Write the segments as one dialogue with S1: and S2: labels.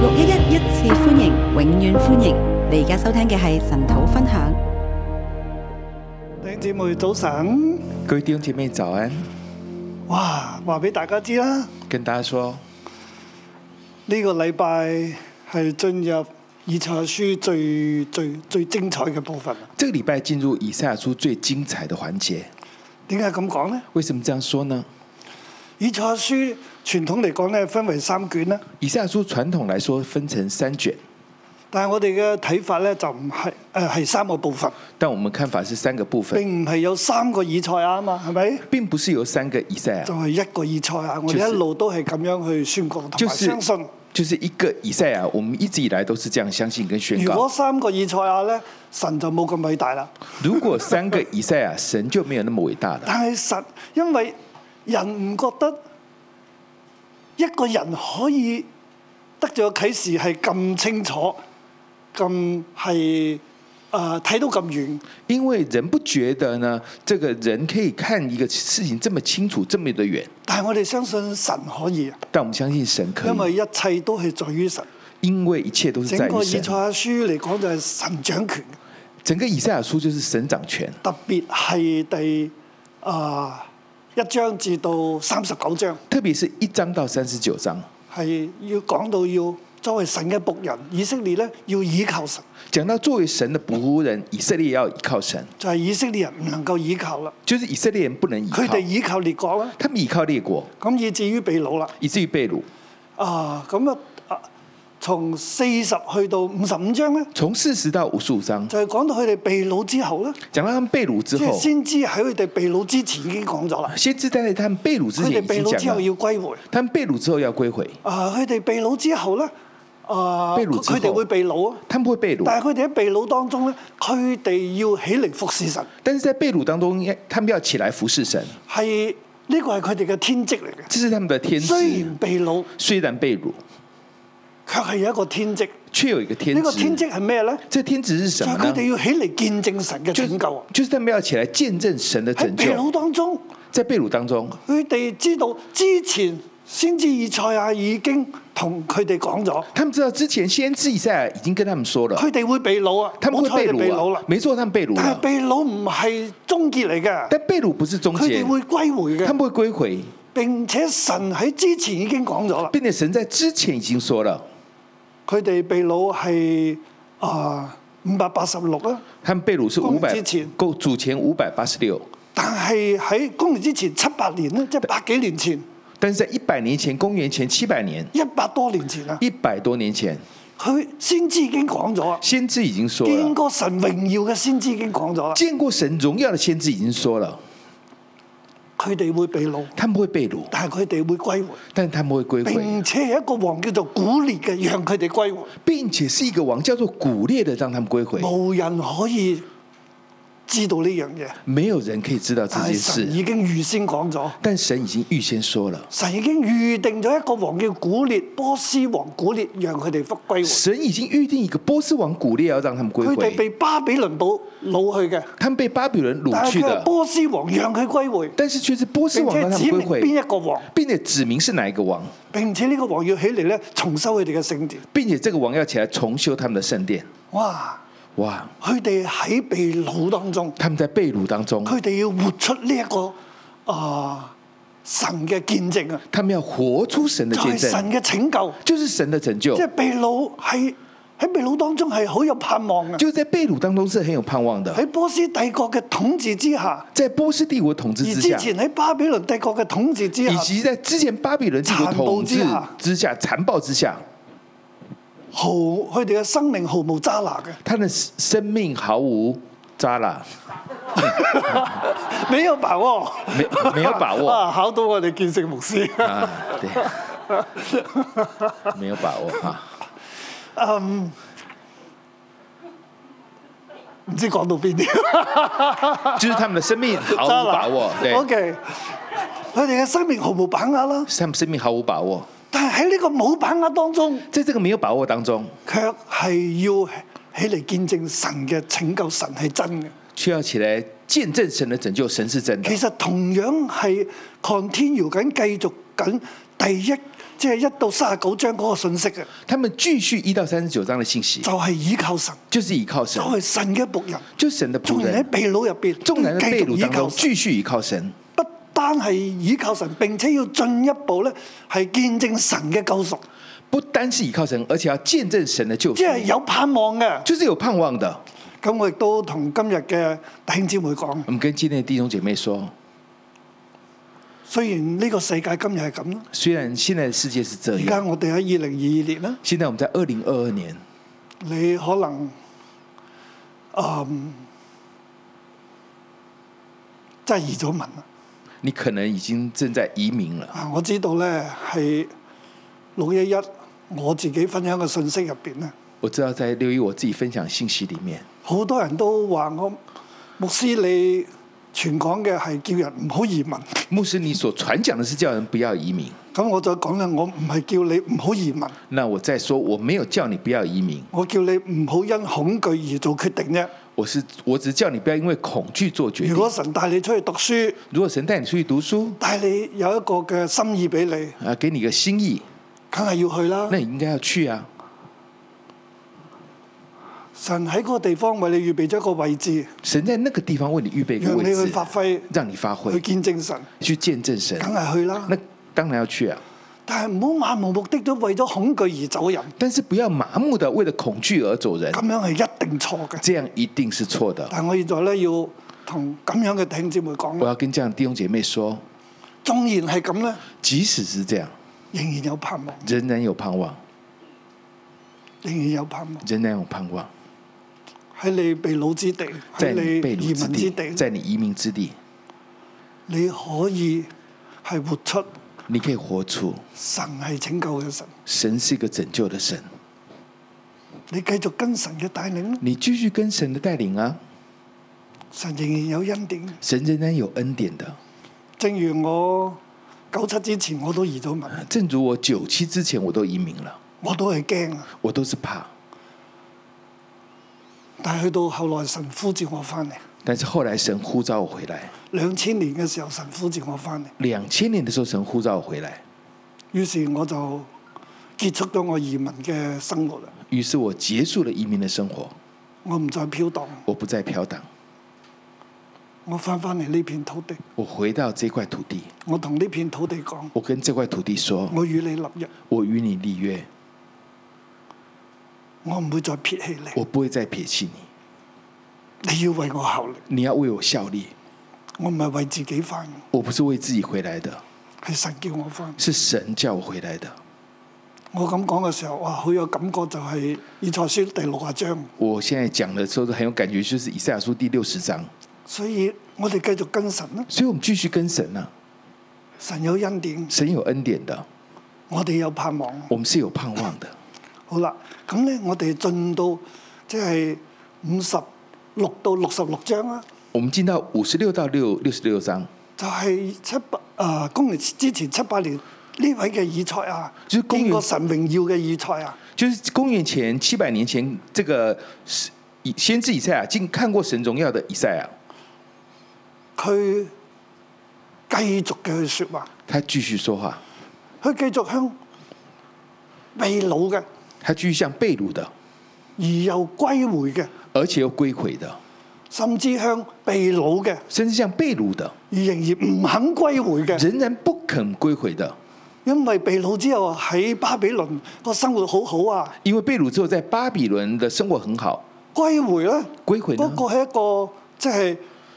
S1: 六一一一次歡迎，永遠歡迎！你而家收聽嘅係神土分享。
S2: 弟兄姊妹早晨，
S3: 各位弟兄姐妹早安，
S2: 哇！話俾大家知啦，呢、
S3: 跟大家说，
S2: 個禮拜係進入以賽亞書最最最精彩嘅部分啊啦。
S3: 这个礼拜进入以赛亚书最精彩的环节。
S2: 點解咁講呢？
S3: 为什么这样说呢？
S2: 以賽亞書傳統嚟講咧，分為三卷啦，
S3: 以赛亚书传统来说分成三卷，
S2: 但係我哋嘅睇法咧就唔係誒係三個部分，
S3: 但我们看法是三个部分，
S2: 並唔係有三個以賽亞啊嘛，係咪？
S3: 并不是由三个以赛
S2: 就
S3: 亚，
S2: 係、一個以賽亞，我
S3: 就
S2: 哋
S3: 是
S2: 一路都係咁樣去宣告同
S3: 就
S2: 埋
S3: 是
S2: 相信。
S3: 就是一个以赛亚。我们一直以来都是这样相信跟宣
S2: 如果
S3: 告。
S2: 三個以賽亞咧，神就冇咁偉大啦。
S3: 如果三个以赛亚，神就没有那么伟大了。
S2: 但係神，因為人唔覺得一個人可以得咗啟示係咁清楚、咁係誒睇到咁遠，
S3: 因为人不觉得呢，这个人可以看一个事情这么清楚，这么的远。
S2: 但係我哋相信神可以，啊
S3: 但我们相信神可
S2: 因為
S3: 以，
S2: 一切都係在於神。
S3: 因为一切都是
S2: 整
S3: 在
S2: 個
S3: 于
S2: 以賽
S3: 神。
S2: 亞書嚟講就係神掌權，
S3: 整个以赛亚书就是神掌权。
S2: 特別係第啊、一章至到三十九章
S3: 特别是一章到三十九章，
S2: 係要講到要作為神嘅仆人，以色列咧要倚靠神。
S3: 讲到作为神的仆人，以色列要依靠神，
S2: 就係以色列人唔能夠倚靠啦，
S3: 就是以色列人不能依靠
S2: 佢，哋倚靠列國啦，
S3: 他们依靠列国，
S2: 咁以至於被擄啦。
S3: 以至于被掳。
S2: 啊，咁啊啊，從四十去到五十五章咧，
S3: 从四十到五十五章，
S2: 就係、講到佢哋被擄之後咧，
S3: 讲到他们被掳之
S2: 即係
S3: 后，
S2: 先知喺佢哋被擄之前已經講咗啦。
S3: 先知在他们被掳之
S2: 佢
S3: 前
S2: 哋
S3: 已
S2: 被
S3: 经
S2: 擄之後
S3: 讲了，
S2: 要歸回，
S3: 他们被掳之后要归回，
S2: 啊，佢哋被擄之後咧，啊，
S3: 被擄
S2: 佢
S3: 之後
S2: 佢哋會被擄啊，
S3: 他们会被
S2: 但
S3: 掳，
S2: 係佢哋喺被擄當中咧，佢哋要起嚟服侍神，
S3: 但是在被掳当中，他们要起来服侍神，
S2: 係呢個係佢哋嘅天職嚟嘅。
S3: 这是他们的天
S2: 雖
S3: 职
S2: 然。被擄，
S3: 虽然被掳，
S2: 卻係有一個天職。
S3: 却有一个天
S2: 呢個天
S3: 职。
S2: 職係咩咧？
S3: 这天职是
S2: 就
S3: 什
S2: 係
S3: 么
S2: 佢
S3: 呢？
S2: 哋要起嚟見證神嘅
S3: 就
S2: 拯救啊！
S3: 就是他们要起来见证神的
S2: 喺
S3: 拯
S2: 被擄
S3: 救。
S2: 當中，
S3: 在被掳当中，
S2: 佢哋知道之前先知以賽亞已經同佢哋講咗，
S3: 他们知道之前先知以赛亚已经跟他们说了，
S2: 佢哋會被擄啊！
S3: 他们
S2: 冇
S3: 会
S2: 錯佢
S3: 被
S2: 哋被
S3: 掳
S2: 擄
S3: 啊
S2: 啦，，
S3: 没错，他们被掳
S2: 但係
S3: 了。
S2: 被擄唔係終結嚟嘅，
S3: 但被掳不是终
S2: 佢
S3: 结
S2: 哋，會歸回
S3: 他
S2: 嘅。
S3: 们会归回，
S2: 並且神喺之前已經講咗啦，
S3: 并且神在之前已经说了，
S2: 佢哋被擄係啊五百八十六啦，
S3: 他们被掳是
S2: 公
S3: 五
S2: 元
S3: 百
S2: 之前，
S3: 够主前五百八十六，
S2: 但係喺公元之前七百年咧，即係百幾年前，
S3: 但是在一百年前，公元前七百年，
S2: 一百多年前啊，
S3: 一百多年前，
S2: 佢先知已經講咗啊。
S3: 先知已经说
S2: 見
S3: 了，
S2: 過神榮耀嘅先知已經講咗啦，
S3: 见过神荣耀的先知已经说了，
S2: 佢哋會被擄，
S3: 他们会被掳，
S2: 但係佢哋會歸回，
S3: 但他们会归回，
S2: 並且有一個王叫做古列嘅，讓佢哋歸回，
S3: 并且是一个王叫做古列的让他们归回，
S2: 無人可以知道呢樣嘢。
S3: 没有人可以知道这
S2: 但
S3: 件
S2: 係神
S3: 事，
S2: 已經預先講咗，
S3: 但神已经预先说了。
S2: 神已經預定咗一個王叫古列，波斯王古列，讓佢哋復歸
S3: 神已经预定一个波斯王古列要让他们归
S2: 回。佢哋
S3: 回，
S2: 被巴比倫堡擄去嘅，
S3: 他们被巴比伦
S2: 但
S3: 掳
S2: 係
S3: 去
S2: 佢係
S3: 的，
S2: 波斯王讓佢歸回，
S3: 但是却是波斯
S2: 並
S3: 王
S2: 且
S3: 让他
S2: 指
S3: 们归
S2: 明邊
S3: 回，
S2: 一個王，
S3: 并且指明是哪一个王，
S2: 並且呢個王要起嚟咧重修佢哋嘅聖殿。
S3: 并且这个王要起来重修他们的圣殿。
S2: 哇！
S3: 哇，
S2: 佢哋喺被擄當中，
S3: 他们在被掳当中，
S2: 佢哋要活出呢、一個啊、神嘅見證啊，
S3: 他们要活出神的
S2: 就係、
S3: 见
S2: 神
S3: 证，
S2: 嘅拯救，
S3: 就是神的拯救
S2: 即，係被擄係喺被擄當中係好有盼望嘅。
S3: 就是在被掳当中是很有盼望的。
S2: 喺波斯帝國嘅統治之下，
S3: 在波斯帝国统治
S2: 而
S3: 之
S2: 之
S3: 下，
S2: 前喺巴比倫帝國嘅統治之下
S3: 以，及在之前巴比伦帝国
S2: 残暴
S3: 统
S2: 之
S3: 治
S2: 下
S3: 之下、残暴之下，
S2: 毫佢哋嘅生命毫無渣拿嘅，
S3: 他的生命毫无渣啦，
S2: 沒有把握，
S3: 没没有把握。
S2: 啊！考到我哋見聖牧師。
S3: 啊，对，没有把握啊。
S2: 嗯，唔知講到邊啲。
S3: 就是他们的生 命毫
S2: 渣
S3: 无
S2: 男
S3: 把握，对，
S2: 啊 OK，佢哋嘅生命毫無把握啦。
S3: 他们生命毫无把握，
S2: 但係喺呢個冇把握當中，
S3: 在这个没有把握当中，
S2: 卻係要起嚟見證神嘅拯救，神係真嘅。
S3: 却要起来见证神的拯救，神是真的
S2: 其。實同樣係 continue 緊，繼續緊第一即係一到三十九章嗰個信息嘅，啊
S3: 他们继续一到三十九章的信息
S2: 就，係、倚靠神，
S3: 就是依靠神
S2: 就，係、神嘅仆人。
S3: 就是神的
S2: 眾
S3: 仆
S2: 人
S3: 人
S2: 喺，秘掳入邊，
S3: 众人的
S2: 繼
S3: 被
S2: 續
S3: 掳
S2: 倚
S3: 当
S2: 靠
S3: 中
S2: 神，
S3: 继续依靠神，
S2: 不單係倚靠神，並且要進一步咧係見證神嘅救贖，
S3: 不单是依靠神，而且要见证神的救赎
S2: 即，係有盼望嘅。
S3: 就是有盼望的。
S2: 咁我亦都同今日嘅弟兄姊妹講，
S3: 我们跟今天的弟兄姐妹说，
S2: 雖然呢個世界今日係咁啦，
S3: 虽然现在的世界是这
S2: 而家
S3: 样，
S2: 我哋喺二零二二年啦，
S3: 现在我们在二零二二年，
S2: 你可能嗯真係移咗民啦。
S3: 你可能已经正在移民了。
S2: 啊啊，我知道咧係六一一我自己分享嘅信息入邊咧，
S3: 我知道在六一我自己分享信息里面，
S2: 好多人都話我牧師你全講嘅係叫人唔好移民。
S3: 牧师你所传讲的是叫人不要移民。
S2: 咁我再講咧，我唔係叫你唔好移民，
S3: 那我再说，我没有叫你不要移民，
S2: 我叫你唔好因恐懼而做決定啫。
S3: 我是我只叫你不要因为恐惧做决定
S2: 如。果神帶你出去讀書，
S3: 如果神带你出去读书，
S2: 帶你有一個嘅心意俾你，
S3: 啊，给你个心意，
S2: 梗係要去啦
S3: 那。你应该要去啊。
S2: 神喺嗰個地方為你預備咗一個位置，
S3: 神在那个地方为你预备一个
S2: 讓
S3: 位
S2: 你去
S3: 置，
S2: 發揮，
S3: 让你发
S2: 去
S3: 挥，
S2: 見證神，
S3: 去见证神。
S2: 梗係去啦
S3: 那。当然要去啊，
S2: 但係唔好漫無目的都為咗恐懼而走人，
S3: 但是不要麻木的为了恐惧而走人，
S2: 咁樣係一定錯嘅。
S3: 这样一定是错的。
S2: 但我現在咧要同咁樣嘅弟兄姊妹講
S3: 我
S2: 啦，
S3: 要跟这样的弟兄姐妹说，
S2: 縱然係咁咧，
S3: 即使是这样，
S2: 仍然有盼望，
S3: 仍然有盼望，
S2: 仍然有盼望。
S3: 仍然有盼望，
S2: 喺你被掳之地，
S3: 在
S2: 喺
S3: 你被
S2: 你移
S3: 掳之
S2: 民之
S3: 地，
S2: 地，
S3: 在你移民之地，
S2: 你可以係活出
S3: 你可以活出
S2: 神係拯救嘅神。
S3: 神是一个拯救的神。
S2: 你繼續跟神嘅帶領啦，
S3: 你继续跟神的带领啊，
S2: 神仍然有恩典。
S3: 神仍然有恩典的。
S2: 正如我九七之前我都移咗民，
S3: 正如我九七之前我都移民了，
S2: 我都係驚啊！
S3: 我都是怕，
S2: 但係去到後來，神呼召我翻嚟。
S3: 但是后来神呼召我回来，
S2: 兩千年嘅時候，神呼召我翻嚟，
S3: 两千年的时候神呼召我回来，
S2: 於是我就結束咗我移民嘅生活啦。
S3: 于是我结束了移民的生活，
S2: 我唔再飄蕩，
S3: 我不再飘荡，
S2: 我翻返嚟呢片土地，
S3: 我回到这块土地，
S2: 我同呢片土地講：
S3: 我跟这块土地说，
S2: 我與你立約，
S3: 我与你立约，
S2: 我唔會再撇棄你。
S3: 我不会再撇弃你，
S2: 你要為我效力，
S3: 你要为我效力，
S2: 我唔係為自己翻，
S3: 我不是为自己回来的，
S2: 係神叫我翻。
S3: 是神叫我回来的。
S2: 我咁講嘅時候，哇，好有感覺，就係以賽書第六啊章。
S3: 我现在讲的时候都很有感觉，就是以赛亚书第六十章，
S2: 所以我哋繼續跟神啦，
S3: 所以我们继续跟神啊，
S2: 神有恩典，
S3: 神有恩典的，
S2: 我哋有盼望。
S3: 我们是有盼望的。
S2: 好啦，咁咧我哋進到即係五十六到六十六章啦，
S3: 我们进到五十六到六六十六章，
S2: 就係、七百啊、公元之前七百年呢位嘅以賽亞，
S3: 即係公元
S2: 見過神榮耀嘅以賽亞，
S3: 就是公元前七百年前，这个是以先知以赛亚，竟看过神荣耀的以赛亚，
S2: 佢繼續嘅去説話，
S3: 他继续说话，
S2: 佢繼續向被擄嘅
S3: 他继续向被掳的，
S2: 而又歸回嘅，
S3: 而且又归回的，
S2: 甚至向被擄嘅
S3: 甚至向被掳的，
S2: 而仍然唔肯歸回嘅。
S3: 仍然不肯归回的，
S2: 因為被擄之後喺巴比倫個生活好好啊，
S3: 因为被掳之后在巴比伦的生活很好，
S2: 歸回咧，
S3: 归回
S2: 嗰
S3: 呢
S2: 個係一個即係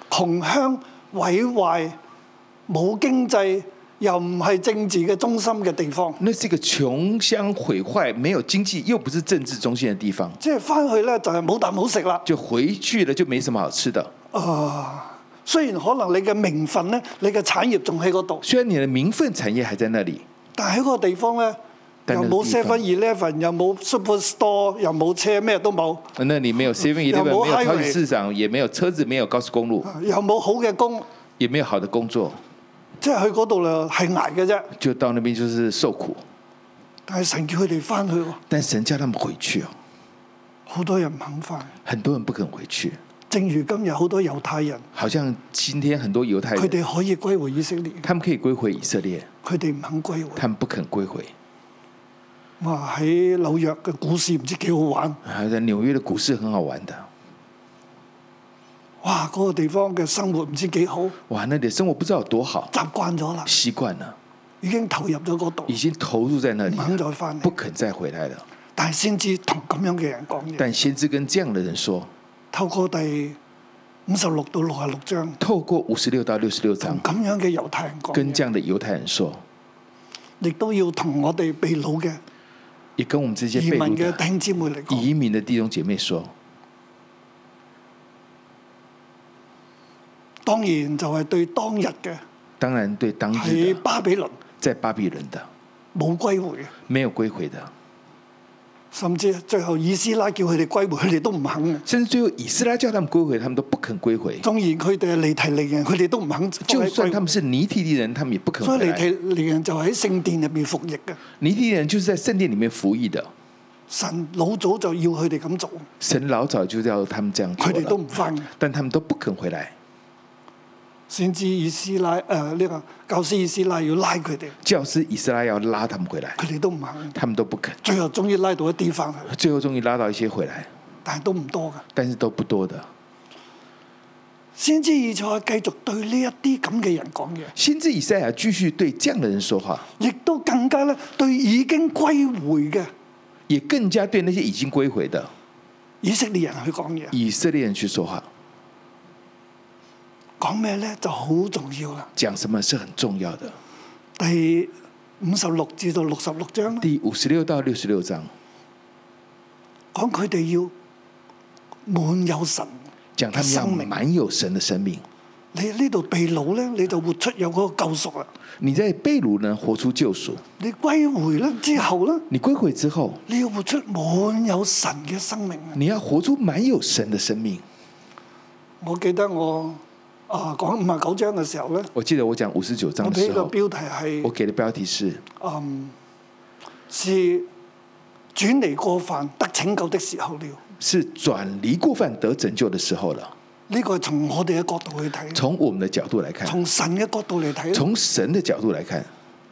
S2: 窮鄉毀壞、冇經濟又唔係政治嘅中心嘅地方，
S3: 那是一个穷乡毁坏、没有经济又不是政治中心的地方，
S2: 即係翻去咧就係冇啖好食啦。
S3: 就回去了就没什么好吃的。
S2: 啊，雖然可能你嘅名分咧，你嘅產業仲喺嗰度，
S3: 虽然你的名分产业还在那里，
S2: 但喺嗰個地方咧。
S3: 但
S2: 又
S3: 係
S2: 冇
S3: 地
S2: Seven
S3: 方
S2: Eleven，又冇 Superstore，又冇車，咩都冇，
S3: 那里没有 Seven
S2: 又冇
S3: Eleven，没有超
S2: highway
S3: 级市场，也没有车子，没有高速公路，
S2: 又冇好嘅工，
S3: 也没有好的工作，
S2: 即係去嗰度咧係捱嘅啫。
S3: 就到那边就是受苦。
S2: 但係神叫佢哋翻去喎，
S3: 但神叫他们回去哦，
S2: 好多人唔肯翻。
S3: 很多人不肯回去，
S2: 正如今日好多猶太人，
S3: 好像今天很多犹太
S2: 佢
S3: 人，
S2: 哋可以歸回以色列，
S3: 他们可以归回以色列，
S2: 佢哋唔肯歸回。
S3: 他们不肯归回。
S2: 哇！喺紐約嘅股市唔知幾好玩，
S3: 啊，在紐約的股市很好玩的，
S2: 哇！嗰、個地方嘅生活唔知幾好，
S3: 哇，那裡的生活不知道有多好，
S2: 習慣咗啦，
S3: 習慣了，
S2: 已經投入咗嗰度，
S3: 已經投入在那
S2: 唔肯
S3: 裡，
S2: 再翻
S3: 不
S2: 嚟。
S3: 肯再回來了。
S2: 但係先至同咁樣嘅人講嘢，
S3: 但先知跟這樣的人說，
S2: 透過第五十六到六十六章，
S3: 透過五十六到六十六章
S2: 同，咁樣嘅猶太人講
S3: 嗯跟
S2: 嘢，
S3: 這樣的猶太人說，
S2: 亦都要同我哋被擄嘅
S3: 也跟我們這些
S2: 移
S3: 被
S2: 民
S3: 擄
S2: 嘅
S3: 的
S2: 弟兄姊妹嚟講。
S3: 移民的弟兄姐妹說，
S2: 當然就係對當日嘅
S3: 當然對當日
S2: 喺
S3: 的
S2: 巴比倫
S3: 在巴比倫的
S2: 冇歸回嘅，
S3: 沒有歸回的，
S2: 甚至最後以斯拉叫佢哋歸回，佢哋都唔肯嘅。
S3: 甚至最後以斯拉叫他們歸回，他們都不肯歸回。
S2: 縱然佢哋係尼提利人，佢哋都唔肯
S3: 就算
S2: 歸回
S3: 他們是尼提利人，他們也不肯
S2: 所以
S3: 回
S2: 尼
S3: 來。
S2: 提利人就喺聖殿入面服役嘅。
S3: 尼提利人就是在聖殿裡面服役的，
S2: 神老早就要佢哋咁做，
S3: 神老早就叫他們這樣
S2: 佢哋都
S3: 做
S2: 唔
S3: 了，
S2: 翻嘅。
S3: 但他們都不肯回來。
S2: 先知以斯拉呃誒呢、個教師以斯拉要拉佢哋，
S3: 教師以斯拉要拉他們回來，
S2: 佢哋都唔肯。
S3: 他們都不肯。
S2: 最後終於拉到一啲翻去，
S3: 最後終於拉到一些回來，
S2: 但係都唔多嘅。
S3: 但是都不多的。
S2: 先知以賽亞繼續對呢一啲咁嘅人講嘢，
S3: 先知以賽亞繼續對這樣的人說話，
S2: 亦都更加咧對已經歸回嘅
S3: 也更加對那些已經歸回的
S2: 以色列人去講嘢。
S3: 以色列人去說話。
S2: 講咩咧就好重要啦。
S3: 講什麼是很重要的。
S2: 第五十六至到六十六章啦
S3: 第五十六到六十六章
S2: 講佢哋要滿有神。
S3: 講他們要
S2: 生命
S3: 滿有神的生命。
S2: 你呢度被擄咧，你就活出有嗰個救贖啦。
S3: 你在被擄呢，活出救贖；
S2: 你歸回咧之後咧，
S3: 你歸回之後，
S2: 你要活出滿有神嘅生命啊！
S3: 你要活出滿有神的生命。
S2: 我記得我啊講五十九章嘅時候咧，
S3: 我記得我講五十九章
S2: 我
S3: 的
S2: 俾
S3: 時
S2: 個
S3: 候，
S2: 標題
S3: 我
S2: 係
S3: 給的標題是
S2: 嗯是轉離過犯得拯救的時候了。
S3: “是轉離過犯得拯救的時候了
S2: 呢個係從我哋嘅角度去”。睇，
S3: 從我們的角度來看，
S2: 從神嘅角度嚟睇咧，
S3: 從神的角度來看，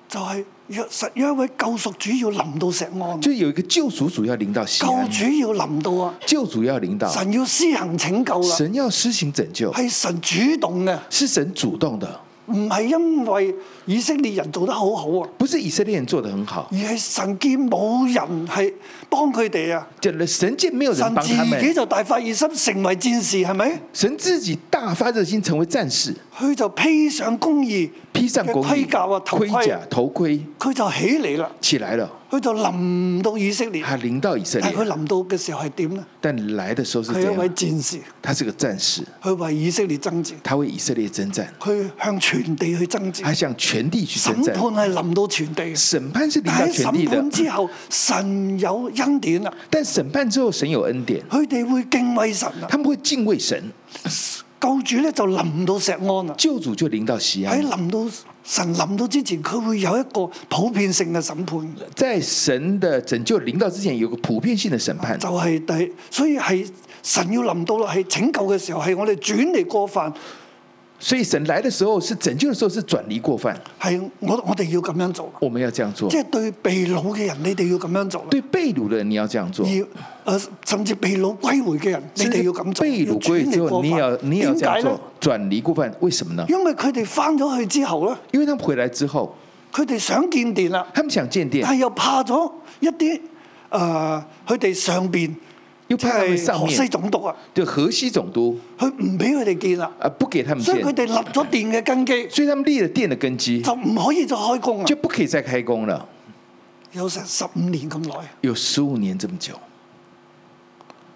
S2: 就係若實有一位救贖主要臨到石安，
S3: 就有一個救贖主要臨到西安，
S2: 救主要臨到啊！
S3: 救主要臨到，
S2: 神要施行拯救啦，
S3: 神要施行拯救，
S2: 係神主動嘅。
S3: 是神主動的，
S2: 唔係因為以色列人做得好好啊，
S3: 不是以色列人做得很好
S2: 而，係神見冇人係幫佢哋啊，
S3: 這神界沒有人
S2: 神
S3: 幫他
S2: 自己
S3: 們，
S2: 就大發熱心成為戰士，係咪？
S3: 神自己大發熱心成為戰士，
S2: 佢就披上公義，
S3: 披上公
S2: 盔
S3: 義
S2: 甲啊、頭盔
S3: 盔甲、頭盔
S2: 佢就起嚟啦，
S3: 起來了，
S2: 佢就臨到以色列。
S3: 他臨到以色
S2: 但係佢
S3: 列，
S2: 臨到嘅時候係點呢？
S3: 但來的時候是
S2: 佢係
S3: 這
S2: 一位
S3: 樣，
S2: 戰士，
S3: 他是個戰士，
S2: 佢為以色列爭戰，
S3: 他為以色列征戰。
S2: 佢向全地去爭
S3: 他
S2: 戰。
S3: 向全地去
S2: 審
S3: 征
S2: 判
S3: 戰。
S2: 係臨到全地，
S3: 審判是
S2: 但
S3: 臨到
S2: 係喺
S3: 全地
S2: 審判之
S3: 的，
S2: 後，神有恩典啦，
S3: 但審判之後，神有恩典，
S2: 佢哋會敬畏神啦。
S3: 他們會敬畏神。
S2: 救主咧就臨到石安啦。
S3: 救主就臨到西安
S2: 喺，臨到神臨到之前，佢會有一個普遍性嘅審判，
S3: 在神的拯救臨到之前，有個普遍性的審判
S2: 就，係、第，所以係神要臨到啦，係拯救嘅時候，係我哋轉嚟過犯，
S3: 所以神來的時候是拯救的時候是轉離過犯，
S2: 係我我哋要咁樣做，
S3: 我們要這樣做
S2: 即。係對被掳嘅人，你哋要咁樣做啦。
S3: 對被擄的人，你要這樣做
S2: 而。誒、呃甚至被擄歸回嘅人，你哋要咁做。
S3: 被擄歸之後，你也
S2: 要轉離過
S3: 要你也要這
S2: 犯
S3: 樣
S2: 點解咧
S3: 做？，轉離過犯，為什麼呢？
S2: 因為佢哋翻咗去之後咧，
S3: 因為他們回來之後，
S2: 佢哋想見電啦，
S3: 他們想見
S2: 但係
S3: 殿，
S2: 又怕咗一啲誒佢哋上邊。
S3: 又
S2: 即
S3: 怕他們
S2: 係
S3: 上
S2: 河西
S3: 面，
S2: 總督啊，
S3: 對河西總督
S2: 佢唔俾佢哋見啦，
S3: 啊不給他們
S2: 所以佢哋
S3: 見，
S2: 立咗殿嘅根基，
S3: 所以他們立了殿的根基，
S2: 就唔可以再開工啊
S3: 就，不可以再開工了。
S2: 有成十五年咁耐，
S3: 有十五年這麼久，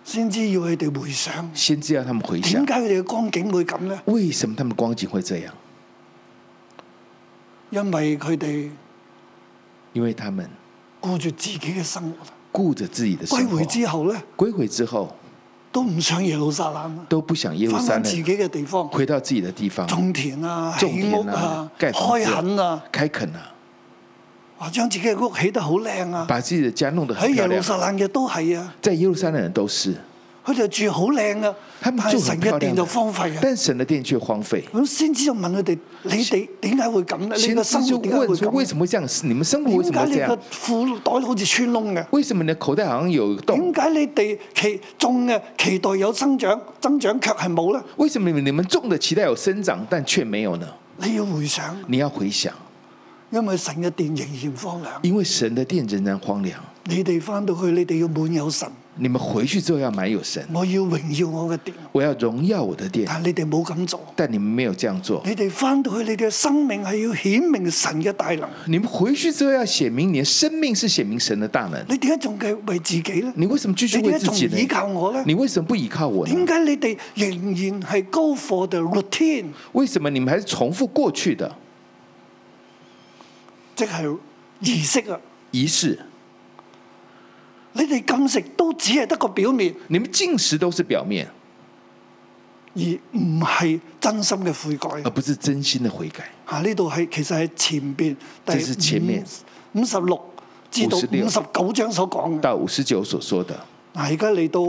S2: 先知要佢哋回想，
S3: 先知要他們回
S2: 點
S3: 想，
S2: 解佢哋嘅光景會咁呢？
S3: 為什麼他們光景會這樣？
S2: 因為佢哋
S3: 因為他們
S2: 顧住自己嘅生活，
S3: 顧着自己的生
S2: 歸
S3: 活，
S2: 回之後呢，
S3: 歸回之後
S2: 都唔上耶路撒冷啦，
S3: 都不想耶路
S2: 翻
S3: 撒
S2: 返自己
S3: 冷，
S2: 嘅地方，
S3: 回到自己的地方，
S2: 種田啊、
S3: 種
S2: 起屋
S3: 田
S2: 啊
S3: 啊、、蓋房
S2: 開
S3: 子
S2: 墾啊，
S3: 開墾啊，
S2: 話將自己嘅屋起得好靚啊，
S3: 把自己的家弄得很
S2: 喺耶
S3: 漂
S2: 路
S3: 亮。
S2: 撒冷嘅都係啊，
S3: 在耶路撒冷人都是，
S2: 佢哋住好靚啊，
S3: 他
S2: 但
S3: 們住
S2: 係
S3: 很
S2: 神
S3: 漂
S2: 嘅
S3: 亮
S2: 殿
S3: 的
S2: 就荒廢啊。
S3: 但神的殿却荒废。
S2: 咁先知就問佢哋：你哋點解會咁咧？你
S3: 先
S2: 個
S3: 知
S2: 生活
S3: 就
S2: 點解會
S3: 问说：为
S2: 咁？
S3: 什么會这样？你们生活为什
S2: 點
S3: 么
S2: 解
S3: 會
S2: 你
S3: 这
S2: 個
S3: 樣？
S2: 褲袋好似穿窿嘅？
S3: 为什么你的口袋好像有洞
S2: 點？解你哋期種嘅期待有增長，增長卻係冇咧？
S3: 为什么你们种的期待有生长，但却没有呢？
S2: 你要回想，
S3: 你要回想，
S2: 因為神嘅殿仍然荒涼。
S3: 因为神的殿仍然荒凉。
S2: 你哋翻到去，你哋要滿有神，
S3: 你们回去之后要满有神，
S2: 我要榮耀我嘅殿。
S3: 我要荣耀我的殿。
S2: 但係你哋冇咁做，
S3: 但你们没有这样做。
S2: 你哋翻到去，你哋嘅生命係要顯明神嘅大能。
S3: 你们回去之后要显明你的生命是显明神的大能。
S2: 你點解仲係為自己咧？
S3: 你为什么继续
S2: 你點
S3: 为自
S2: 解
S3: 己
S2: 仲
S3: 呢
S2: 依？靠我咧？
S3: 你为什么不依靠我
S2: 點
S3: 呢？
S2: 解你哋仍然係 go for the routine，
S3: 为什么你们还是重复过去的
S2: 即係儀式啊？
S3: 仪式？
S2: 你哋禁食都只係得個表面，
S3: 你们进食都是表面，
S2: 而唔係真心嘅悔
S3: 而
S2: 改。
S3: 不是真心的悔改。
S2: 啊，呢度係其實係前邊第
S3: 這是前面
S2: 五五十六至到
S3: 56
S2: 五十九章所講嘅。
S3: 到五十九所说的，
S2: 嗱，而家嚟到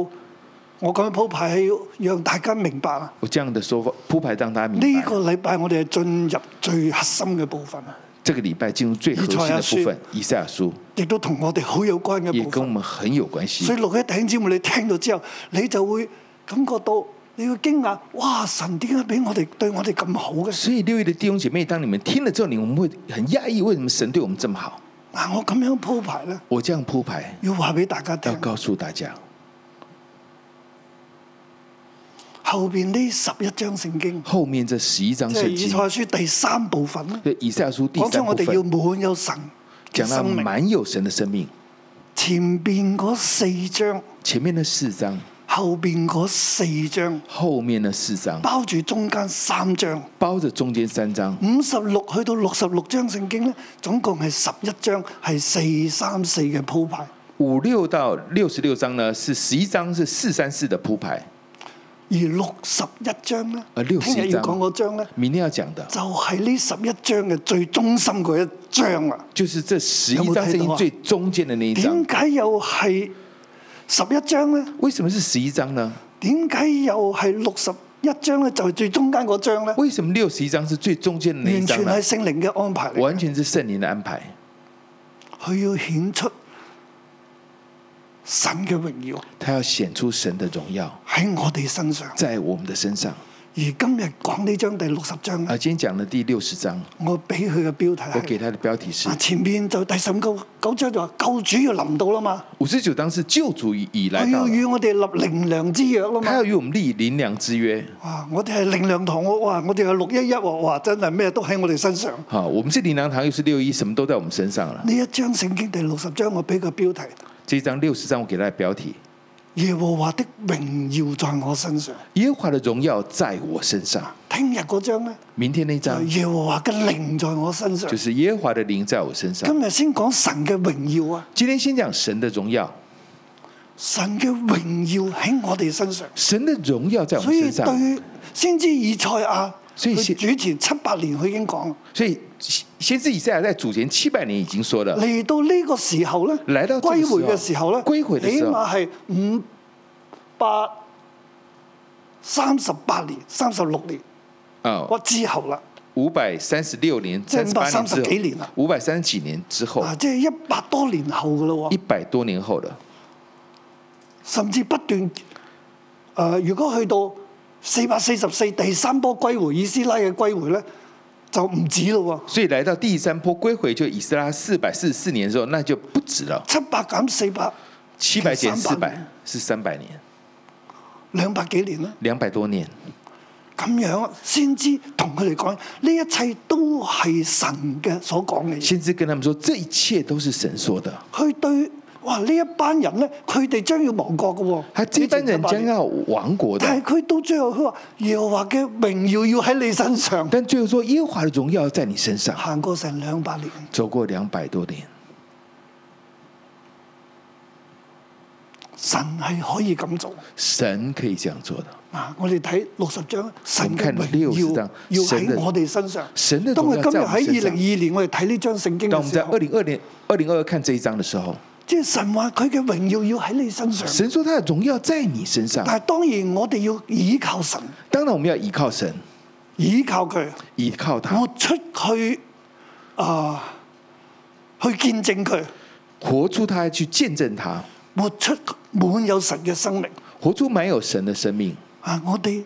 S2: 我咁樣鋪排，係要讓大家明白啊！
S3: 我这样的说法铺排让大家明
S2: 呢
S3: 白。
S2: 個禮拜我哋係進入最核心嘅部分，啊
S3: 这个礼拜进入最核心的部分，以赛亚书
S2: 亦都同我哋好有關嘅
S3: 也
S2: 部
S3: 跟我
S2: 分。
S3: 们很有关系
S2: 所以。六一弟兄姊妹，你聽到之後，你就會感覺到，你會驚訝，哇！神點解俾我哋對我哋咁好嘅？
S3: 所以六月的弟兄姐妹，当你们听了之后，你们会很讶异，为什么神对我们这么好？
S2: 嗱，我咁樣鋪排咧，
S3: 我这样铺排，
S2: 要話俾大家
S3: 要
S2: 聽，
S3: 告诉大家，
S2: 後邊呢十一章聖經，
S3: 后面这十一章
S2: 即係
S3: 圣
S2: 以
S3: 经
S2: 賽，書第三部分咧，
S3: 对以赛亚书第
S2: 講出
S3: 三部
S2: 我哋要
S3: 分，
S2: 滿有神嘅
S3: 讲到
S2: 生命。
S3: 满有神的生命。
S2: 前邊嗰四章，
S3: 前面的四章，
S2: 後邊嗰四章，
S3: 后面的四章，
S2: 包住中間三章。
S3: 包着中间三章，
S2: 五十六去到六十六章聖經咧，總共係十一章，係四三四嘅鋪排。
S3: 五六到六十六章呢是十一章是四三四的铺排，
S2: 而六十一章咧，
S3: 啊61
S2: 聽日要講嗰章咧，
S3: 明天要讲的
S2: 就係呢十一章嘅最中心嗰一章啦。
S3: 就是这十一
S2: 有沒有
S3: 章
S2: 睇
S3: 圣
S2: 到
S3: 经
S2: 啊
S3: 最中间的那一章
S2: 點。解又係十一章咧？
S3: 为什么是十一章呢？
S2: 點解又係六十一章咧？就係最中間嗰章咧，
S3: 为什么六十一章是最中间的那一
S2: 完
S3: 章
S2: 全
S3: 呢？
S2: 係聖靈嘅安排嚟。
S3: 完全是圣灵的安排，
S2: 佢要顯出神嘅榮耀
S3: 他要显出神的荣耀
S2: 喺我哋身上。
S3: 在我们的身上。
S2: 而今日講呢章第六十章
S3: 啊，
S2: 咧，
S3: 今天讲的第六十章，
S2: 我俾佢嘅標題
S3: 我给
S2: 係
S3: 他的标题是
S2: 啊，前面就第十五九九章就話救主要臨到啦嘛。
S3: 五十九章是救主以来
S2: 佢
S3: 到
S2: 要
S3: 了，
S2: 與我哋立靈糧之約啦
S3: 他要
S2: 嘛。
S3: 与我们立灵粮之约。
S2: 哇！我哋係靈糧堂喎，哇！我哋係六一一喎，哇！真係咩都喺我哋身上。
S3: 好，我们是灵粮堂，又是六一，什么都在我们身上了。
S2: 呢一章聖經第六十章，我俾個標題：
S3: 这一章六十章我给他的标题：
S2: 耶和華的榮耀在我身上。
S3: 耶和华的荣耀在我身上。
S2: 聽日嗰章咧，
S3: 明天那一
S2: 就
S3: 章
S2: 係耶和華嘅靈在我身上
S3: 就。是耶和华的灵在我身上。
S2: 今日先講神嘅榮耀啊！
S3: 今天先讲神的荣耀，
S2: 神嘅榮耀喺我哋身上，
S3: 神的荣耀在我
S2: 所
S3: 们
S2: 以
S3: 身上。
S2: 對先知以賽亞，
S3: 所以
S2: 佢
S3: 先
S2: 主前七八年佢已經講，
S3: 所以先知以赛亚在主前七百年已经说了，
S2: 嚟到呢個時候咧，
S3: 嚟到呢個
S2: 歸回嘅時
S3: 時
S2: 候
S3: 候
S2: 咧，
S3: 歸回嘅
S2: 起
S3: 時候
S2: 碼係五百三十八年、三十六年
S3: 啊，
S2: 或之後啦，
S3: 五百三十六年、
S2: 即係
S3: 三十八年
S2: 530
S3: 之
S2: 幾年啊
S3: 后，五百三十几年之后，
S2: 啊，即係一百多年後噶咯
S3: 一
S2: 喎，
S3: 百多年后了，
S2: 甚至不斷誒、呃如果去到四百四十四第三波歸回以斯拉嘅歸回咧，就唔止咯喎。
S3: 所以来到第三波归回，就以斯拉四百四十四年之后，那就不止了，
S2: 七百減四百，
S3: 七百减四
S2: 300
S3: 百是三百年，
S2: 兩百幾年啦。
S3: 两百多年。
S2: 咁樣先知同佢哋講，呢一切都係神嘅所講嘅嘢。
S3: 先知跟他们说，这一切都是神说的。
S2: 佢對哇呢一班人咧，佢哋將要亡國嘅喎。
S3: 他这班人将要亡国
S2: 但
S3: 的，
S2: 係佢到最後，佢話耶和華嘅榮耀要喺你身上，
S3: 但最后说耶和华的荣耀在你身上。
S2: 行過成兩百年，
S3: 走过两百多年，
S2: 神係可以咁做
S3: 神可以这样做的。
S2: 啊！我哋睇六十章，神嘅
S3: 我們看60
S2: 榮耀
S3: 章
S2: 要
S3: 神的
S2: 喺我哋身上。
S3: 神的
S2: 當
S3: 荣
S2: 我
S3: 耀
S2: 今
S3: 在
S2: 日
S3: 我们
S2: 喺
S3: 身
S2: 二零
S3: 上。
S2: 二年，我哋睇呢章聖經
S3: 当
S2: 嘅
S3: 我们
S2: 時
S3: 在二
S2: 候，
S3: 零二零二零二二看这一章的时候，
S2: 即係神話佢嘅榮耀要喺你身上。
S3: 神说他的荣耀在你身上，
S2: 但係當然我哋要倚靠神，
S3: 当然我们要依靠神，
S2: 倚靠佢，
S3: 依靠他
S2: 活，出佢啊、去見證佢，
S3: 活出他去见证他，
S2: 活出滿有神嘅生命
S3: 活出满有神的生命。
S2: 啊！我哋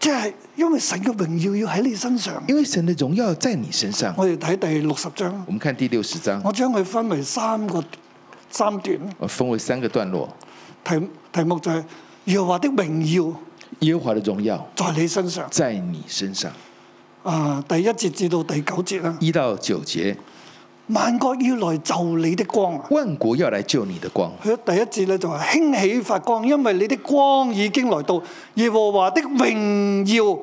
S2: 即係因為神嘅榮耀要喺你身上。
S3: 因为神的荣耀在你身上。
S2: 我哋睇第六十章
S3: 我，们看第六十章，
S2: 我將佢分為三個三段，
S3: 呃分为三个段落：
S2: 題題目就係、耶和華的榮耀
S3: 耶和华的荣耀
S2: 在你身上
S3: 在你身上，
S2: 啊！第一節至到第九節啦，
S3: 一到九节，
S2: 萬國要來就你的光啊！
S3: 万国要来救你的光。
S2: 佢第一節咧就話興起發光，因為你的光已經來到，耶和華的榮耀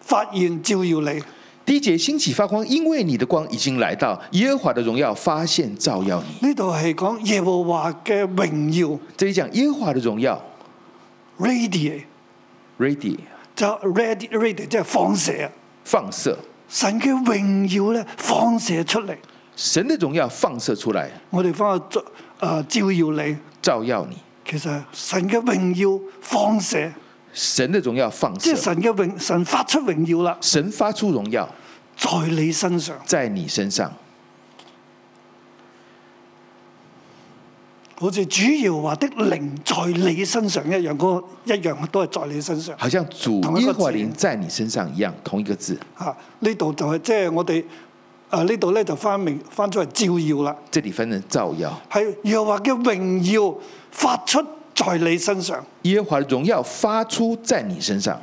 S2: 發現照耀你。
S3: 第一节兴起发光，因为你的光已经来到，耶和华的荣耀发现照耀你。
S2: 呢度係講耶和華嘅榮耀
S3: 这里讲耶和华的荣耀
S2: radiate
S3: ，ready
S2: 就 radi radi 即係放射啊！
S3: 放射，
S2: 神嘅榮耀咧放射出嚟，
S3: 神的荣耀放射出来，
S2: 我哋翻去照啊照耀你。
S3: 照耀你。
S2: 其實神嘅榮耀放射，
S3: 神的荣耀放
S2: 即係
S3: 射，
S2: 神嘅榮神發出榮耀啦，
S3: 神发出荣耀
S2: 在你身上
S3: 在你身上，
S2: 好似主耶和華的靈在你身上一樣，嗰個一樣都係在你身上。
S3: 好像主
S2: 同一
S3: 耶
S2: 个字
S3: 和华灵在你身上一样，同一个字。
S2: 啊，呢度就係即係我哋啊呢度咧就翻明翻出嚟照耀啦，
S3: 这里分成照耀，
S2: 係耶和華嘅榮耀發出在你身上。
S3: 耶和华的荣耀发出在你身上，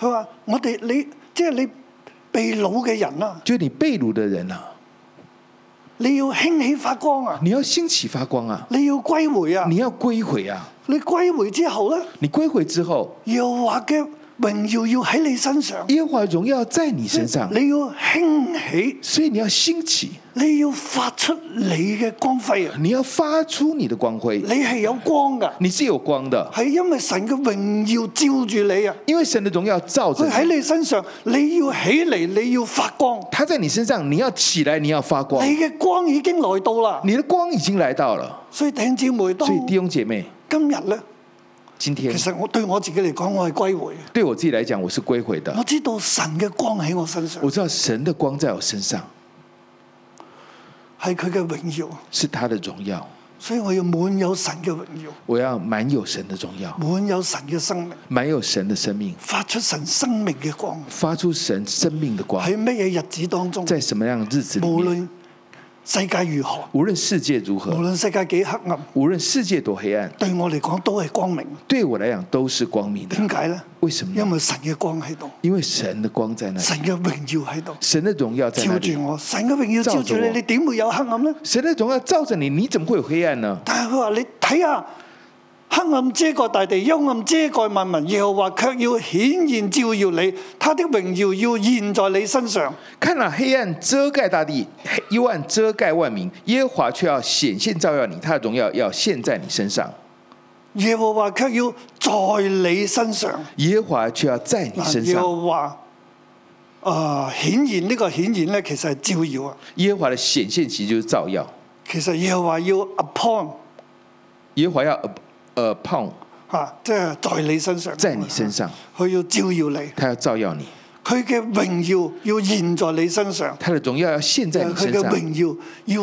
S2: 佢話：我哋你即係你被擄嘅人啊，
S3: 就你被掳的人啊，
S2: 你要興起發光啊，
S3: 你要兴起发光啊，
S2: 你要歸回啊
S3: 你，要归回啊，
S2: 你歸回之後咧。
S3: 你归回之后，
S2: 耶和華嘅榮耀要喺你身上，
S3: 耶和华的荣耀在你身上，
S2: 你要興起，
S3: 所以你要兴起，
S2: 你要發出你嘅光輝啊！
S3: 你要发出你的光辉
S2: 你，係有光噶，
S3: 你是有光的，
S2: 係因為神嘅榮耀照住你啊！
S3: 因为神的荣耀照着
S2: 佢喺
S3: 你，
S2: 你身上，你要起嚟，你要發光，
S3: 他在你身上，你要起来，你要发光
S2: 你，嘅光已經來到啦。
S3: 你的光已经来到了。
S2: 所以弟兄姊妹，當
S3: 所以弟兄姐妹，
S2: 今日咧，
S3: 今天
S2: 其實我對我自己嚟講，我係歸回嘅。
S3: 对我自己来讲，我是归回的
S2: 我，知道神嘅光喺我身上
S3: 我，知道神的光在我身上，
S2: 係佢嘅榮耀，
S3: 是他的荣耀，
S2: 所以我要滿有神嘅榮耀，
S3: 我要满有神的荣耀。
S2: 滿有神嘅生命，
S3: 满有神的生命，
S2: 發出神生命嘅光。
S3: 发出神生命的光，
S2: 喺乜嘢日子當中，
S3: 在什么样的日子里
S2: 無
S3: 面，
S2: 論世界如何，
S3: 无论世界如
S2: 無
S3: 何，
S2: 論世界幾黑暗，
S3: 无论世界多黑暗，
S2: 對我嚟講都係光明。
S3: 对我来讲都是光明的
S2: 點。解呢？
S3: 为什么
S2: 因
S3: 呢？
S2: 為神嘅光喺度，
S3: 因为神的光在那里，
S2: 神嘅榮耀喺度，
S3: 神的荣耀在那
S2: 照
S3: 里
S2: 住。我。神嘅榮耀照
S3: 照
S2: 住
S3: 住
S2: 你
S3: 我，
S2: 你點會有黑暗呢？
S3: 神的荣耀照着你，你怎么会有黑暗呢？
S2: 但係佢話你睇下，黑暗遮蓋大地，幽暗遮蓋萬民，耶和華卻要顯現照耀你，他的榮耀要現在你身上。
S3: 看了黑暗遮盖大地，黑幽暗遮盖万民，耶和华却要显现照耀你，他的荣耀要现在你身上。
S2: 耶和華卻要在你身上。
S3: 耶和华却要在你
S2: 嗱，
S3: 身
S2: 耶
S3: 上。
S2: 和華啊、顯現呢個顯現咧，其實係照耀啊。
S3: 耶和华的显现其实就是照耀，
S2: 其實耶和華要 upon
S3: 耶和华要呃碰
S2: 嚇、啊即係在你身上，
S3: 在你身上，
S2: 佢要照耀你，
S3: 他要照耀你。
S2: 佢嘅榮耀要現在你身上，呃
S3: 他的荣耀要现在你
S2: 佢
S3: 身
S2: 嘅
S3: 上，
S2: 榮耀要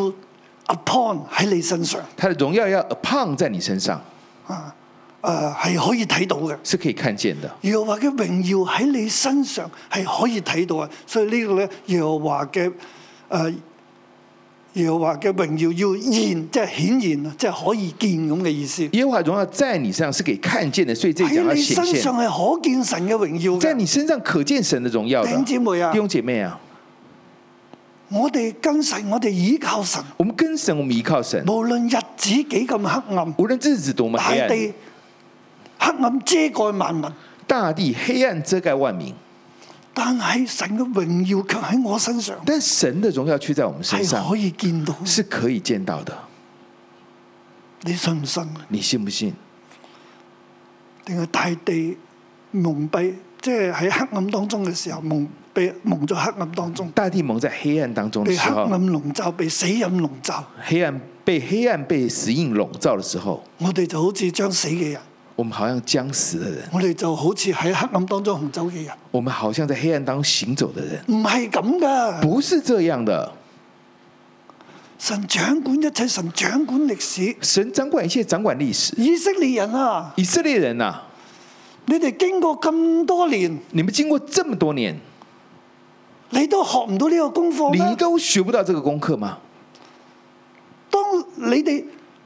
S2: upon 喺你身上
S3: 他的荣耀要胖在你身上，
S2: 啊！誒、係可以睇到嘅。
S3: 是可以看见的。
S2: 耶和華嘅榮耀喺你身上係可以睇到啊！所以呢度咧，耶和華嘅誒耶和華嘅榮耀要現，即係顯現啊，即係可以見咁嘅意思。
S3: 耶和华荣耀在你身上是可以看见的，所以这里讲
S2: 喺
S3: 要
S2: 你
S3: 显
S2: 身
S3: 现
S2: 上，係可見神嘅榮耀
S3: 在
S2: 嘅。
S3: 你身上可见神的荣耀
S2: 弟
S3: 的。
S2: 兄
S3: 弟
S2: 姊妹啊，
S3: 兄姐妹啊，
S2: 我哋跟神，我哋倚靠神，
S3: 我们跟神，我们依靠神，
S2: 無論日子幾咁黑暗，
S3: 无论日子多么
S2: 大
S3: 黑暗，
S2: 地黑暗遮蓋萬民，
S3: 大地黑暗遮盖万民，
S2: 但係神嘅榮耀卻喺我身上，
S3: 但神的荣耀却在我们身
S2: 係
S3: 上
S2: 可，以見到。
S3: 是可以见到的。
S2: 你信唔信？
S3: 你信不信？
S2: 定係大地蒙蔽，即係喺黑暗當中嘅時候蒙被蒙在黑暗當中，
S3: 大地蒙在黑暗当中的
S2: 被
S3: 时
S2: 黑
S3: 候，
S2: 暗籠罩，被死蔭籠罩，
S3: 黑暗被黑暗被死印笼罩的时候，
S2: 我哋就好似將死嘅人，
S3: 我们好像将死的人，
S2: 我哋就好似喺黑暗當中行走嘅人，
S3: 我们好像在黑暗当中行走的人，
S2: 唔係咁噶。
S3: 不是这样的。
S2: 神掌管一切，神掌管歷史。
S3: 神掌管一切，掌管历史。
S2: 以色列人啊，
S3: 以色列人呐、
S2: 你哋經過咁多年，
S3: 你们经過这么多年，
S2: 你都學唔到呢個功課
S3: 你
S2: 咩？
S3: 都学不到这个功课吗？
S2: 當你哋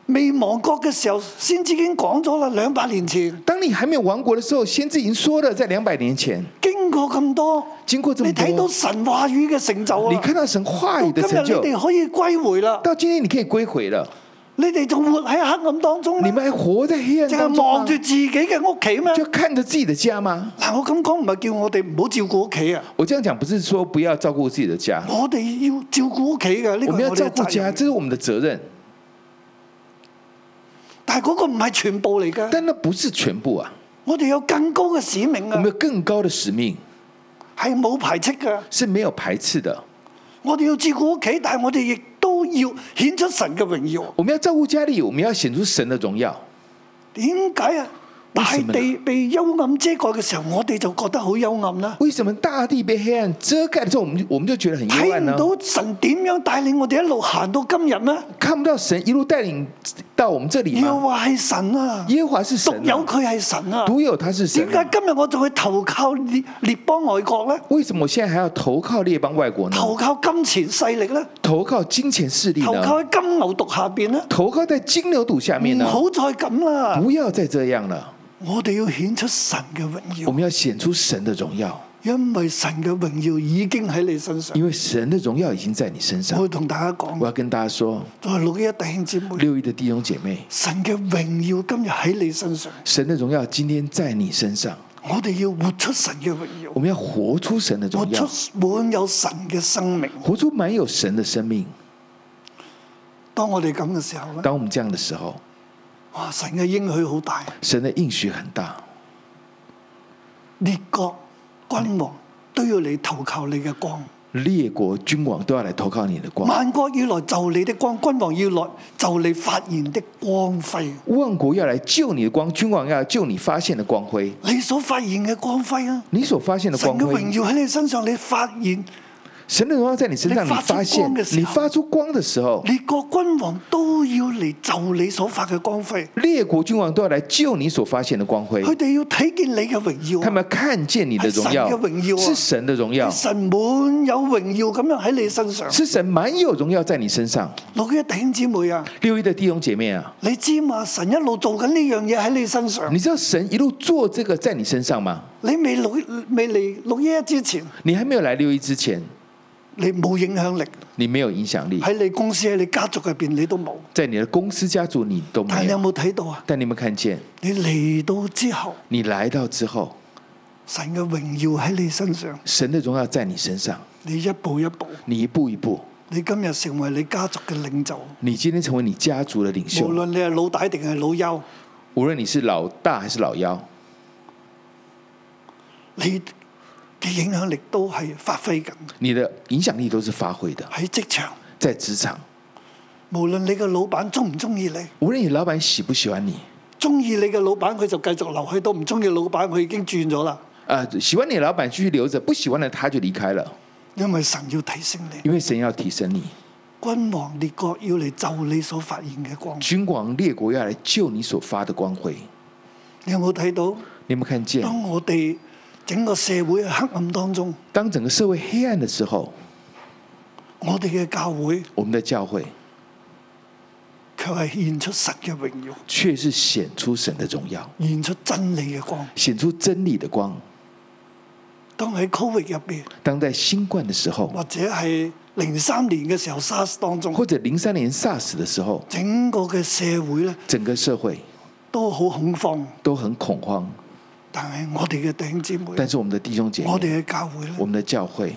S2: 未亡國嘅時候，先知已經講咗啦，兩百年前
S3: 当你还没有亡国的时候，先知已经说了，在两百年前，
S2: 經過咁多，
S3: 经过这
S2: 你
S3: 么
S2: 睇到
S3: 多，
S2: 神話語嘅成就
S3: 你
S2: 啊！
S3: 看到神话语的
S2: 到
S3: 成
S2: 今日
S3: 就
S2: 你，哋可以歸回啦，
S3: 到今天你可以归回了，
S2: 你哋仲活喺黑暗當中
S3: 你
S2: 咩？
S3: 们还活在黑暗
S2: 淨
S3: 当
S2: 係望
S3: 中
S2: 住
S3: 吗？
S2: 自己嘅屋企咩？
S3: 就看着自己的家吗？
S2: 嗱，我咁講唔係叫我哋唔好照顧屋企啊，
S3: 我这样讲不是说不要照顾自己的家，
S2: 我哋要照顧屋企嘅，呢個
S3: 我们
S2: 係
S3: 要
S2: 我
S3: 照
S2: 哋嘅
S3: 顾
S2: 責
S3: 家，
S2: 任。
S3: 哦这是我们的责任，
S2: 但係嗰個唔係全部嚟嘅，
S3: 但那不是全部啊，
S2: 我哋有更高嘅使命
S3: 我们
S2: 啊
S3: 有，更高的使命
S2: 係冇排斥嘅。
S3: 是没有排斥的。
S2: 我哋要照顧屋企，但係我哋亦都要顯出神嘅榮耀。
S3: 我们要照顾家里，我们要显出神的荣耀。
S2: 點解啊？
S3: 為
S2: 大
S3: 什麼呢
S2: 地被幽暗遮蓋嘅時候，我哋就覺得好幽暗啦，
S3: 为什么大地被黑暗遮盖之后，我们就我们就觉得很幽
S2: 睇
S3: 暗呢
S2: 唔？到神點樣帶領我哋一路行到今日呢？
S3: 看不到神一路带领到我们这里
S2: 要
S3: 吗？
S2: 話係神啊，
S3: 耶和華是
S2: 獨
S3: 神、
S2: 有
S3: 啊，
S2: 佢係神啊。
S3: 独有他是
S2: 點
S3: 神、啊
S2: 解。今日我仲去投靠列列邦外國呢？
S3: 为什么我现在还要投靠列邦外国呢？
S2: 投靠金錢勢力呢？
S3: 投靠金钱势力
S2: 投靠
S3: 呢？
S2: 喺金牛犢下邊呢？
S3: 投靠在金牛肚下面啊
S2: 唔
S3: 嗯呢？
S2: 好再咁啦！
S3: 不要再这样了，
S2: 我哋要顯出神嘅榮
S3: 我
S2: 耀，
S3: 们要显出神的荣耀，
S2: 因為神嘅榮耀已經喺你身上。
S3: 因为神的荣耀已经在你身
S2: 我
S3: 上
S2: 會。同大家
S3: 我
S2: 講，
S3: 要跟大家说，
S2: 作為六一弟兄姊妹，
S3: 六一的弟兄姐妹，
S2: 神嘅榮耀今日喺你身上，
S3: 神的荣耀今天在你身上，
S2: 我哋要活出神嘅榮耀
S3: 我，们要活出神的
S2: 活
S3: 荣耀，
S2: 出滿有神嘅生命。
S3: 活出满有神的生命。
S2: 當我哋咁嘅時候咧，
S3: 当我们这样的时候，
S2: 哇！神嘅應許好大，
S3: 神的应许很大，
S2: 列國君王都要你投靠你嘅光，
S3: 列国君王都要来投靠你的光，
S2: 萬國要來就你的光，君王要來就你發現的光輝。
S3: 万国要来救你的光，君王要来救你发现的光辉，
S2: 你所發現嘅光輝啊！
S3: 你所发现的
S2: 神
S3: 光
S2: 嘅榮
S3: 辉，
S2: 耀喺你身上，你發現
S3: 神的荣耀在你身上，
S2: 你
S3: 你
S2: 发出
S3: 发现
S2: 光的时候
S3: 你发出光的时候，
S2: 列國君王都要嚟就你所發嘅光輝，
S3: 列国君王都要来救你所发现的光辉，
S2: 佢哋要睇見你嘅榮
S3: 他
S2: 耀啊，
S3: 们要看见你的荣耀
S2: 是神的荣耀，啊
S3: 是神的
S2: 神
S3: 荣耀，
S2: 滿有榮耀咁樣喺你身上。
S3: 是神满有荣耀在你身上。
S2: 六一弟兄姊妹啊，
S3: 六一的弟兄姐妹啊，
S2: 你知嘛？神一路做緊呢樣嘢喺你身上
S3: 你，知道神一路做这个在你身上吗？
S2: 你未六未嚟六一一之前，
S3: 你还没有来六一之前，
S2: 你冇影響力
S3: 你没有影响力，
S2: 喺你公司喺你家族入邊你都冇，
S3: 在你的公司家族你都
S2: 但係
S3: 没
S2: 你有
S3: 有。
S2: 冇睇到啊？
S3: 但你有没有看见，
S2: 你嚟到之後，
S3: 你来到之后，
S2: 神嘅榮耀喺你身上，
S3: 神的荣耀在你身上，
S2: 你一步一步。
S3: 你一步一步，
S2: 你今日成為你家族嘅領袖，
S3: 你今天成为你家族的领
S2: 無
S3: 袖，
S2: 論你係老大定係老優，
S3: 无论你是老大还是老幺，
S2: 你嘅影響力都係發揮緊
S3: 你的影响力都是发挥的。
S2: 喺職場。
S3: 在职场，
S2: 無論你嘅老闆中唔中意你，
S3: 无论你老板喜不喜欢你，
S2: 中意你嘅老闆佢就繼續留喺度，唔中意老闆佢已經轉咗啦。
S3: 呃，喜欢你的老板继续留着，不喜欢的他就离开了，
S2: 因為神要提升你，
S3: 因为神要提升你。
S2: 君王列國要嚟就你所發現嘅光。
S3: 君王列国要来救你所发的光辉，
S2: 你有冇睇到？
S3: 你有没有看见？
S2: 當我哋整個社會喺黑暗當中，
S3: 当整个社会黑暗的时候，
S2: 我哋嘅教會
S3: 我们的教会
S2: 卻係現出神嘅榮耀，
S3: 却是显出神的荣耀，
S2: 現出真理嘅光。
S3: 显出真理的光。
S2: 當喺 Covid 入邊。
S3: 当在新冠的时候，
S2: 或者係零三年嘅時候 SARS 當中，
S3: 或者零三年 SARS 的时候，
S2: 整個嘅社會咧
S3: 整个社会
S2: 都好恐慌。
S3: 都很恐慌。
S2: 但係我哋嘅弟兄姊妹，
S3: 但是我们的弟兄姐妹
S2: 我，哋嘅教會
S3: 我
S2: 咧，
S3: 们的教会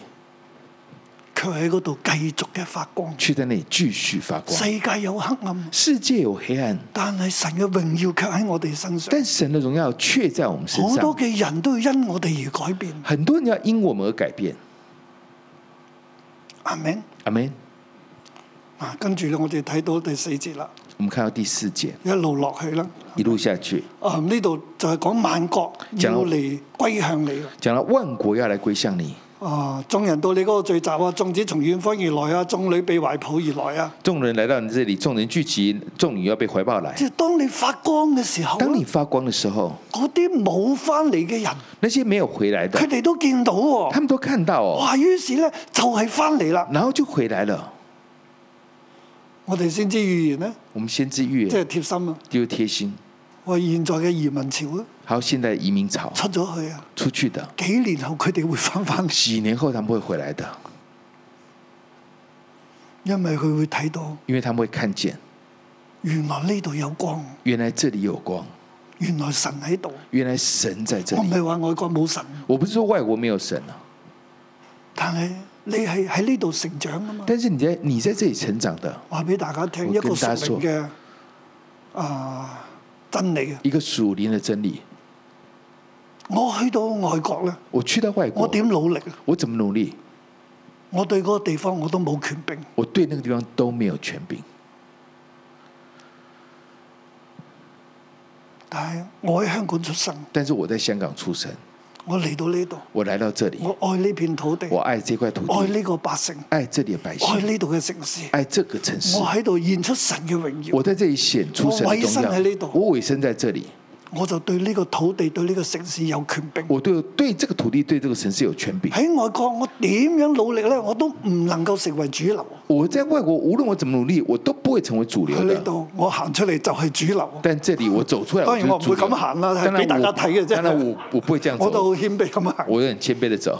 S2: 卻喺嗰度繼續嘅發光。
S3: 却在那里继续发光。
S2: 世界有黑暗，
S3: 世界有黑暗，
S2: 但係神嘅榮耀卻喺我哋身上。
S3: 但神的荣耀却在我们身
S2: 好多
S3: 上。
S2: 嘅人都要因我哋而改變。
S3: 很多人要因我们而改变，
S2: 阿明
S3: 阿门。
S2: 啊，跟住咧，我哋睇到第四節啦，
S3: 我们看到第四节，
S2: 一路落去啦。
S3: 一路下去
S2: 啊，呢度就係講萬國要
S3: 正好
S2: 嚟歸向你啦。
S3: 讲到万國要来歸向你，
S2: 啊，眾人到你嗰個聚集啊，眾子從遠方而來啊，眾女被懷抱而來啊。
S3: 众人来到你这里，众人聚集，众女要被怀抱来。
S2: 即係當你發光嘅時候啊，
S3: 当你發光的時候，
S2: 嗰啲冇翻嚟嘅人，
S3: 那些没有回来的
S2: 佢，哋都見到喎、
S3: 他们都看到哦，
S2: 哇！於是咧就係翻嚟啦。
S3: 然後就回來了。
S2: 我哋先知預言咧，
S3: 我们先知预
S2: 即
S3: 言
S2: 係貼心啊。
S3: 就是贴心，
S2: 喂，現在嘅移民潮咧
S3: 还有现在移民潮
S2: 出咗去啊，
S3: 出去的，
S2: 幾年後佢哋會翻翻嚟，
S3: 几年后他们会回来的，
S2: 因為佢會睇到
S3: 因為他們会看見
S2: 原來呢度有光，
S3: 原來这里有光，
S2: 原來神喺度。
S3: 原來神在这
S2: 我唔
S3: 里。
S2: 係話外國冇神，
S3: 我不是说外国没有神啊，
S2: 但係你係喺呢度成長啊嘛。
S3: 但是你在你在这里成长的
S2: 話俾大家聽
S3: 我
S2: 一個
S3: 跟大
S2: 屬
S3: 家說
S2: 靈嘅啊真理啊！
S3: 一个属灵的真理。
S2: 我去到外國咧，
S3: 我去到外
S2: 我
S3: 国，
S2: 點努力啊？
S3: 我怎么努力，
S2: 我對嗰個地方我都冇權柄，
S3: 我对那个地方都没有权柄。
S2: 但係我喺香港出生，
S3: 但是我在香港出生，
S2: 我嚟到呢度，
S3: 我来到这里，
S2: 我愛呢片土地，
S3: 我爱这块土
S2: 愛
S3: 地，
S2: 呢個百姓，
S3: 爱这里的百
S2: 愛
S3: 姓，
S2: 呢度嘅城市，
S3: 爱这个城市
S2: 我。喺度現出神嘅榮
S3: 我
S2: 耀，
S3: 在这里显出神
S2: 我
S3: 的
S2: 委身喺
S3: 荣
S2: 呢
S3: 耀
S2: 度，
S3: 我委身在这里，
S2: 我就對呢個土地、對呢個城市有權柄。
S3: 我对对这个土地、对这个城市有权柄。
S2: 喺外國，我點樣努力呢？我都唔能夠成為主流。
S3: 我在外国，无论我怎么努力，我都不会成为主流
S2: 喺呢
S3: 的。
S2: 度，我行出嚟就係主流。
S3: 但这里我走出来，
S2: 當然
S3: 我就是
S2: 我
S3: 主流
S2: 唔會咁行啦係
S3: 当然
S2: 俾大家睇嘅
S3: 我
S2: 啫
S3: 当然我我不会这样
S2: 我
S3: 走，
S2: 都好謙卑咁行，
S3: 嗯我很谦卑的走。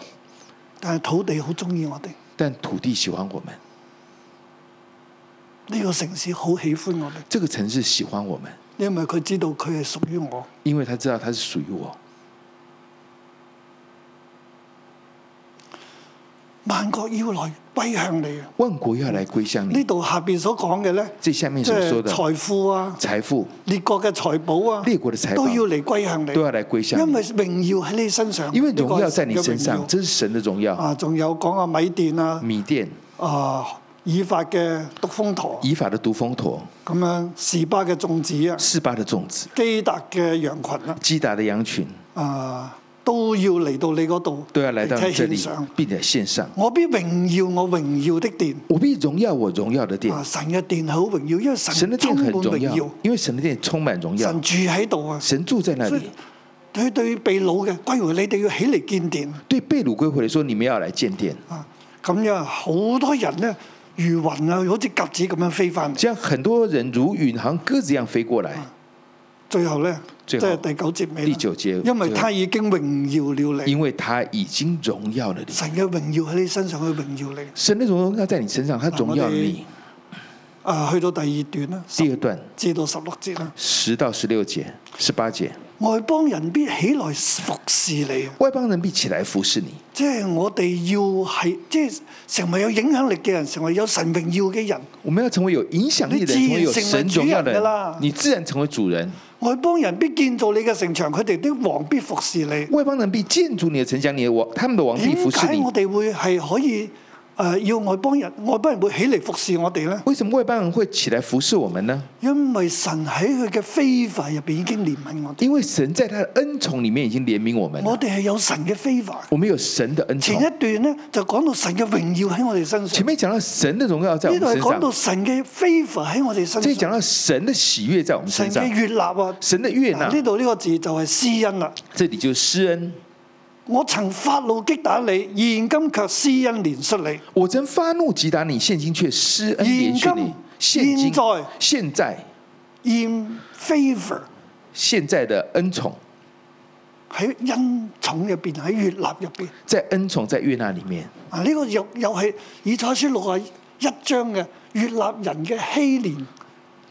S2: 但係土地好中意我哋，
S3: 但土地喜欢我们，
S2: 呢、個城市好喜歡我哋，
S3: 这个城市喜欢我们，
S2: 因為佢知道佢係屬於我。
S3: 因为他知道他是属于我。
S2: 萬國要來歸向你啊！
S3: 万国要来归向
S2: 呢
S3: 你。
S2: 度下邊所講嘅呢，
S3: 这下面
S2: 即
S3: 所说
S2: 係
S3: 的
S2: 財富啊、
S3: 财富
S2: 列國嘅財寶啊，
S3: 列國嘅財寶啊
S2: 都要嚟歸向你，
S3: 都要嚟歸向你
S2: 因為榮耀喺你身上，
S3: 因为
S2: 呢個
S3: 荣耀
S2: 係
S3: 在你
S2: 神嘅
S3: 身
S2: 榮
S3: 上
S2: 耀，
S3: 这是神的荣耀。
S2: 啊，仲有講啊米甸啊，
S3: 米甸、
S2: 啊以法嘅獨風陀，
S3: 以法的毒蜂驼、
S2: 咁樣士巴嘅種子啊，
S3: 示巴的種子、
S2: 基達嘅羊群啊，
S3: 基达的羊群，
S2: 啊都要嚟到你嗰度，
S3: 都要来到
S2: 嚟
S3: 你
S2: 聽
S3: 这
S2: 獻
S3: 里
S2: 上，
S3: 并且献上。
S2: 我必榮耀我榮耀的殿，
S3: 我必荣耀我荣耀的殿
S2: 啊，神嘅殿好榮耀，因為神
S3: 神的殿
S2: 充
S3: 很
S2: 滿
S3: 荣
S2: 榮
S3: 耀
S2: 耀，，
S3: 因为神的殿充满荣耀
S2: 神，住喺度啊，
S3: 神住在那
S2: 所
S3: 里
S2: 以。佢對被掳嘅歸回，你哋要起嚟建殿
S3: 对被掳归回的说：“你们要来建殿。
S2: 啊，咁樣好多人咧如雲啊，好似鴿子咁樣飛翻”嚟，
S3: 这样很多人如云航鸽子一样飞过来。
S2: 啊最後咧即
S3: 最後
S2: 係第九節尾啦，
S3: 第九節
S2: 因為
S3: 最後
S2: 他已經榮耀了你
S3: 因。为他已经荣耀了你，
S2: 神嘅榮耀喺你身上，去榮耀你。
S3: 神的荣耀在你身上，他荣耀了你。
S2: 啊，去到第二段啦，
S3: 第
S2: 十
S3: 二段
S2: 至到十六節啦。
S3: 十到十六节、十八节，
S2: 外邦人必起來服侍你啊！
S3: 外邦人必起来服侍你，
S2: 即係我哋要係即係成為有影響力嘅人，成為有神榮耀嘅人。
S3: 我们要成为有影响力的人，
S2: 你自然
S3: 成为有神荣耀
S2: 成为主
S3: 的
S2: 人的啦
S3: 人，你自然成为主人。
S2: 外邦人必建造你嘅城牆，佢哋的王必服侍你。
S3: 外邦人必建筑你的城墙，你的王，他们的王必
S2: 點
S3: 服侍
S2: 解
S3: 你
S2: 我。哋會係可以誒、呃要外邦人？外邦人會起嚟服侍我哋呢？
S3: 为什么外邦人会起来服侍我们呢？
S2: 因為神喺佢嘅非法入邊已經憐憫我哋，
S3: 因为神在他的恩宠里面已经怜悯我们了
S2: 我哋係有神嘅非法。
S3: 我们有神的恩
S2: 前
S3: 宠
S2: 一。段咧就講到神嘅榮耀喺我哋身上
S3: 前，面讲到神的荣耀在我
S2: 呢度
S3: 们
S2: 係
S3: 身
S2: 講到
S3: 上，
S2: 神嘅 favor 喺我哋身
S3: 这里
S2: 上
S3: 讲，到神的喜悦在我们
S2: 神
S3: 身上
S2: 嘅，悦納啊！
S3: 神的悦纳
S2: 嗱，呢。度呢個字就係施恩啦。
S3: 这里就是施恩。
S2: 我曾發怒擊打你，現今卻施恩憐恤
S3: 我曾发怒击打你，现今却施恩
S2: 现
S3: 连续
S2: 今
S3: 你。现今
S2: 现在
S3: 现在
S2: 你，in favor
S3: 现在的恩宠，
S2: 喺恩寵入邊，喺悦納入邊。
S3: 在恩宠在悦纳里面。
S2: 啊，呢個又又係以賽書六啊一章嘅悦納人嘅欺憐，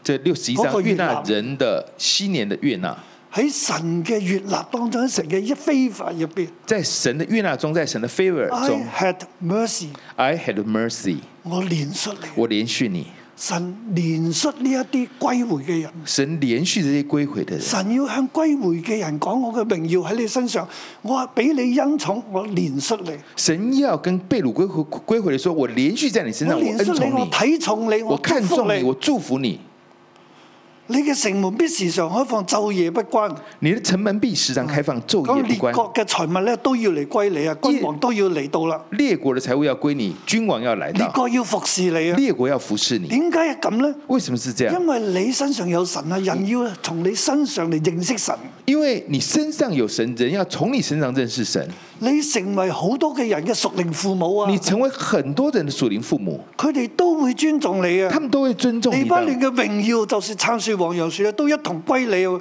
S3: 这六十一
S2: 包括
S3: 章
S2: 悦
S3: 悦
S2: 纳
S3: 纳人的七年的悦纳，
S2: 喺神嘅悦納當中，喺神嘅一 favor 入邊。
S3: 在神的悦纳中，在神的 favor
S2: I
S3: 中
S2: had mercy，
S3: ，I had mercy，
S2: 我憐恤你。
S3: 我连续你。
S2: 神連率呢一啲歸回嘅人，
S3: 神连续这些归回的人，
S2: 神要向歸回嘅人講：我嘅榮耀喺你身上，我俾你恩寵，我連率你，
S3: 神要跟被掳归回归回的说：“我连续在你身
S2: 我
S3: 上，啊我
S2: 連
S3: 恩
S2: 率你，
S3: 宠
S2: 我
S3: 你，
S2: 睇重你，
S3: 我
S2: 我祝
S3: 看重
S2: 福
S3: 你，我
S2: 你，
S3: 祝福你，
S2: 你嘅城門必時常開放，晝夜不關。
S3: 你的城门必
S2: 嗯
S3: 时常开放，昼
S2: 咁
S3: 夜
S2: 列
S3: 不关。
S2: 國嘅財物咧都要嚟歸你啊，君王都要嚟到啦，
S3: 列国的财物要归你，君王要来
S2: 列
S3: 到，
S2: 國要服侍你啊。
S3: 列国要服侍你。
S2: 點解係咁呢？
S3: 为什么是这样？
S2: 因為你身上有神啊，人要從你身上嚟認識神。
S3: 因为你身上有神，人要从你身上认识神。
S2: 你成為好多嘅人嘅屬靈父母啊，
S3: 你成为很多人的属灵父母，
S2: 佢哋都會尊重你啊
S3: 他。们都会尊重
S2: 利
S3: 你
S2: 巴嫩
S3: 的。
S2: 嘅榮耀就是撐樹黃楊樹咧，都一同歸你啊，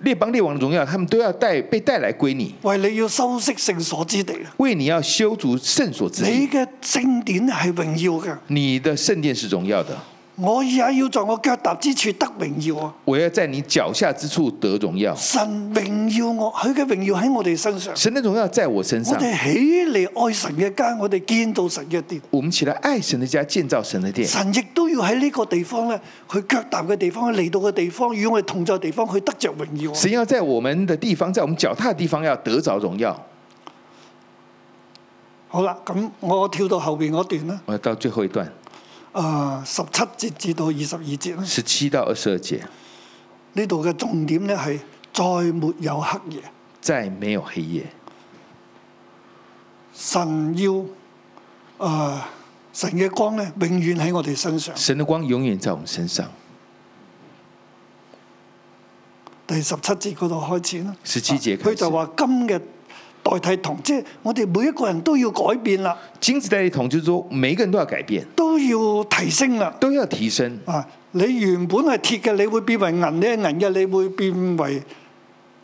S3: 列邦列王的荣耀，他们都要带被带来归你，
S2: 為你要修飾聖所之地啊。
S3: 为你要修筑圣所之
S2: 你
S3: 地。
S2: 嘅聖典係榮耀嘅，
S3: 你的圣殿是荣耀的，
S2: 我也要在我腳踏之處得榮耀啊！
S3: 我要在你脚下之处得荣耀。
S2: 神榮耀我，佢嘅榮耀喺我哋身上。
S3: 神的荣耀在我身
S2: 我
S3: 上。
S2: 哋起嚟愛神嘅家，我哋建造神嘅殿。
S3: 我们起来爱神的家，建造神的殿。
S2: 神亦都要喺呢個地方咧，佢腳踏嘅地方，佢嚟到嘅地方，與我哋同在嘅地方，佢得着榮耀啊。
S3: 神要在我们的地方，在我们脚踏的地方要得着荣耀。
S2: 好啦，咁我跳到後邊嗰段啦，
S3: 我要到最后一段，
S2: 啊、十七節至到二十二節啦。
S3: 十七到二十二节，
S2: 呢度嘅重點咧係再沒有黑夜，
S3: 再没有黑夜，
S2: 神要啊、神嘅光咧永遠喺我哋身上。
S3: 神的光永远在我们身上。
S2: 第十七節嗰度開始啦。
S3: 17節
S2: 佢
S3: 開始
S2: 就話金嘅代替銅，即係我哋每一個人都要改變啦，
S3: 金子代替铜，就是说每一个人都要改变，
S2: 都要提升啦。
S3: 都要提升。
S2: 啊，你原本係鐵嘅，你會變為銀；你係銀嘅，你會變為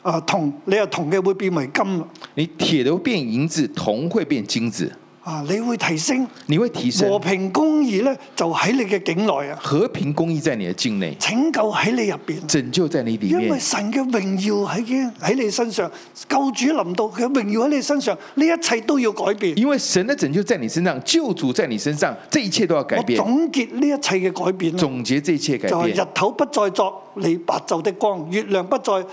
S2: 啊銅；你係銅嘅會變為金啦。
S3: 你铁的会变银子，铜会变金子，
S2: 啊，你會提升
S3: 你会提升
S2: 和。平公義咧，就喺你嘅境內啊，
S3: 和平公义在你的境内，
S2: 拯救喺你入邊。
S3: 拯救在你里
S2: 因為
S3: 面。
S2: 神嘅榮耀喺嘅喺你身上，救主臨到佢嘅榮耀喺你身上，呢一切都要改變。
S3: 因为神的拯救在你身上，救主在你身上，这一切都要改
S2: 我
S3: 变。
S2: 總結呢一切嘅改變啦，
S3: 嗯总结这一切改
S2: 就係
S3: 变，
S2: 日頭不再作你白晝的光，月亮不再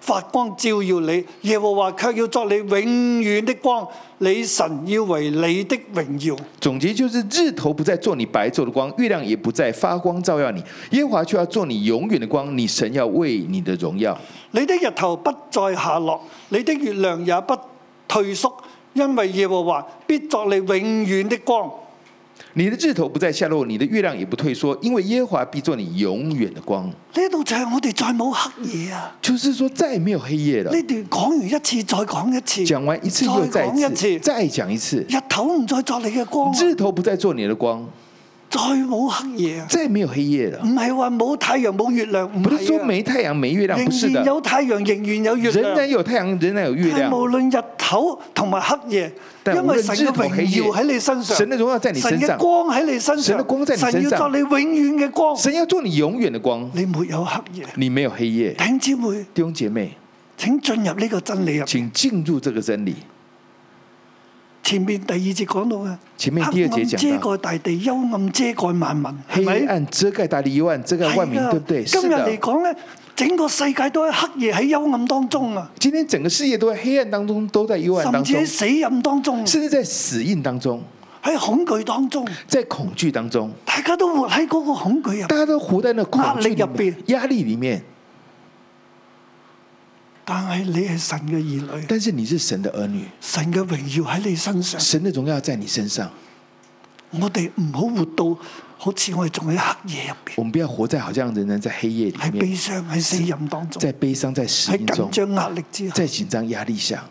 S2: 發光照耀你，耶和華卻要作你永遠的光，你神要為你的榮耀。
S3: 总结就是日头不再做你白昼的光，月亮也不再发光照耀你，耶和华却要做你永远的光，你神要为你的荣耀。
S2: 你的日頭不再下落，你的月亮也不退縮，因為耶和華必作你永遠的光。
S3: 你的日头不再下落，你的月亮也不退缩，因为耶和华必做你永远的光。
S2: 呢度就係我哋再冇黑夜啊！
S3: 就是说，再也没有黑夜了。
S2: 呢段講完一次，再講一次，
S3: 讲完一次
S2: 再
S3: 又再一
S2: 講一
S3: 次，嗯
S2: 次，
S3: 再讲一次，
S2: 日頭唔再作你嘅光啊，
S3: 日头不再做你的光，
S2: 再冇黑夜啊！
S3: 再也没有黑夜了
S2: 唔。係話冇太陽冇月亮，唔
S3: 不是
S2: 係
S3: 说
S2: 啊
S3: 没太阳没月亮，不是
S2: 仍然
S3: 的，
S2: 有太陽，仍然有月
S3: 仍然
S2: 亮。
S3: 有嗯太阳，仍然有月
S2: 但
S3: 亮。
S2: 無論日頭同埋黑夜，
S3: 但
S2: 因為
S3: 無論
S2: 神嘅
S3: 日頭黑夜
S2: 榮耀喺你身上，
S3: 神嘅榮耀在你身上
S2: 神嘅光喺你身上，
S3: 神嘅光在你身上
S2: 神要作你永遠嘅光。
S3: 神要做你永远的光，
S2: 你沒有黑夜，
S3: 你没有黑夜。
S2: 弟兄姊妹，
S3: 弟兄姐妹，
S2: 請進入呢個真理入。
S3: 请进入这个真理。
S2: 前面第二節講到嘅，
S3: 前面第二
S2: 黑
S3: 節
S2: 暗遮
S3: 講到
S2: 蓋大地，幽暗遮蓋萬民，係
S3: 黑
S2: 咪？
S3: 暗遮盖大地，幽暗遮盖万民
S2: 係，㗎
S3: 对不对？
S2: 今
S3: 是
S2: 日嚟
S3: 的。
S2: 講咧，整個世界都喺黑夜喺幽暗當中啊，
S3: 今天整个世界都在黑暗当中，都在幽暗
S2: 甚
S3: 当
S2: 至
S3: 中
S2: 喺，死蔭當中，
S3: 甚至在死印当中，
S2: 喺恐懼當中，
S3: 在恐惧当中，
S2: 大家都活喺嗰個恐懼入
S3: 大
S2: 邊。
S3: 家都活在那恐惧
S2: 壓力
S3: 里
S2: 入面
S3: 面、压力里面。
S2: 但係你係神嘅兒女，
S3: 但是你是神的儿女，
S2: 神嘅榮耀喺你身上。
S3: 神的荣耀在你身上。
S2: 我哋唔好活到好似我哋仲喺黑夜入邊，
S3: 我们不要活在好像仍然在黑夜里
S2: 喺悲
S3: 面，
S2: 傷喺死蔭當中，
S3: 在悲伤、在死
S2: 喺
S3: 印中
S2: 緊，張壓力之下，
S3: 在紧张壓力下，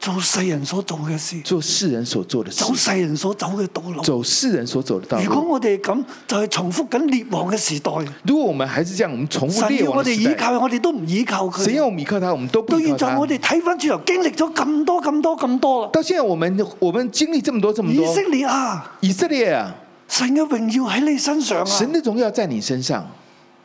S2: 做世人所做嘅事，
S3: 做世人所做的事
S2: 走，世人所走嘅道路。
S3: 走世人所走的道
S2: 如果
S3: 路。
S2: 我哋咁，就係重複緊列王嘅時代。
S3: 如果我们还是这样，我们重复
S2: 神
S3: 列
S2: 要
S3: 王
S2: 我
S3: 的
S2: 哋
S3: 时
S2: 依
S3: 代，
S2: 靠，我哋都啊唔依靠佢。
S3: 谁要我们依靠他，我们都不
S2: 到
S3: 依
S2: 現
S3: 靠
S2: 在
S3: 他
S2: 我。哋睇翻轉頭，經歷咗咁多咁多咁多啦。
S3: 到現在我們我們經歷這麼多這麼
S2: 以
S3: 多
S2: 色，列啊，
S3: 以色列啊，
S2: 神嘅榮耀喺你身上啊！
S3: 神的榮耀在你身上，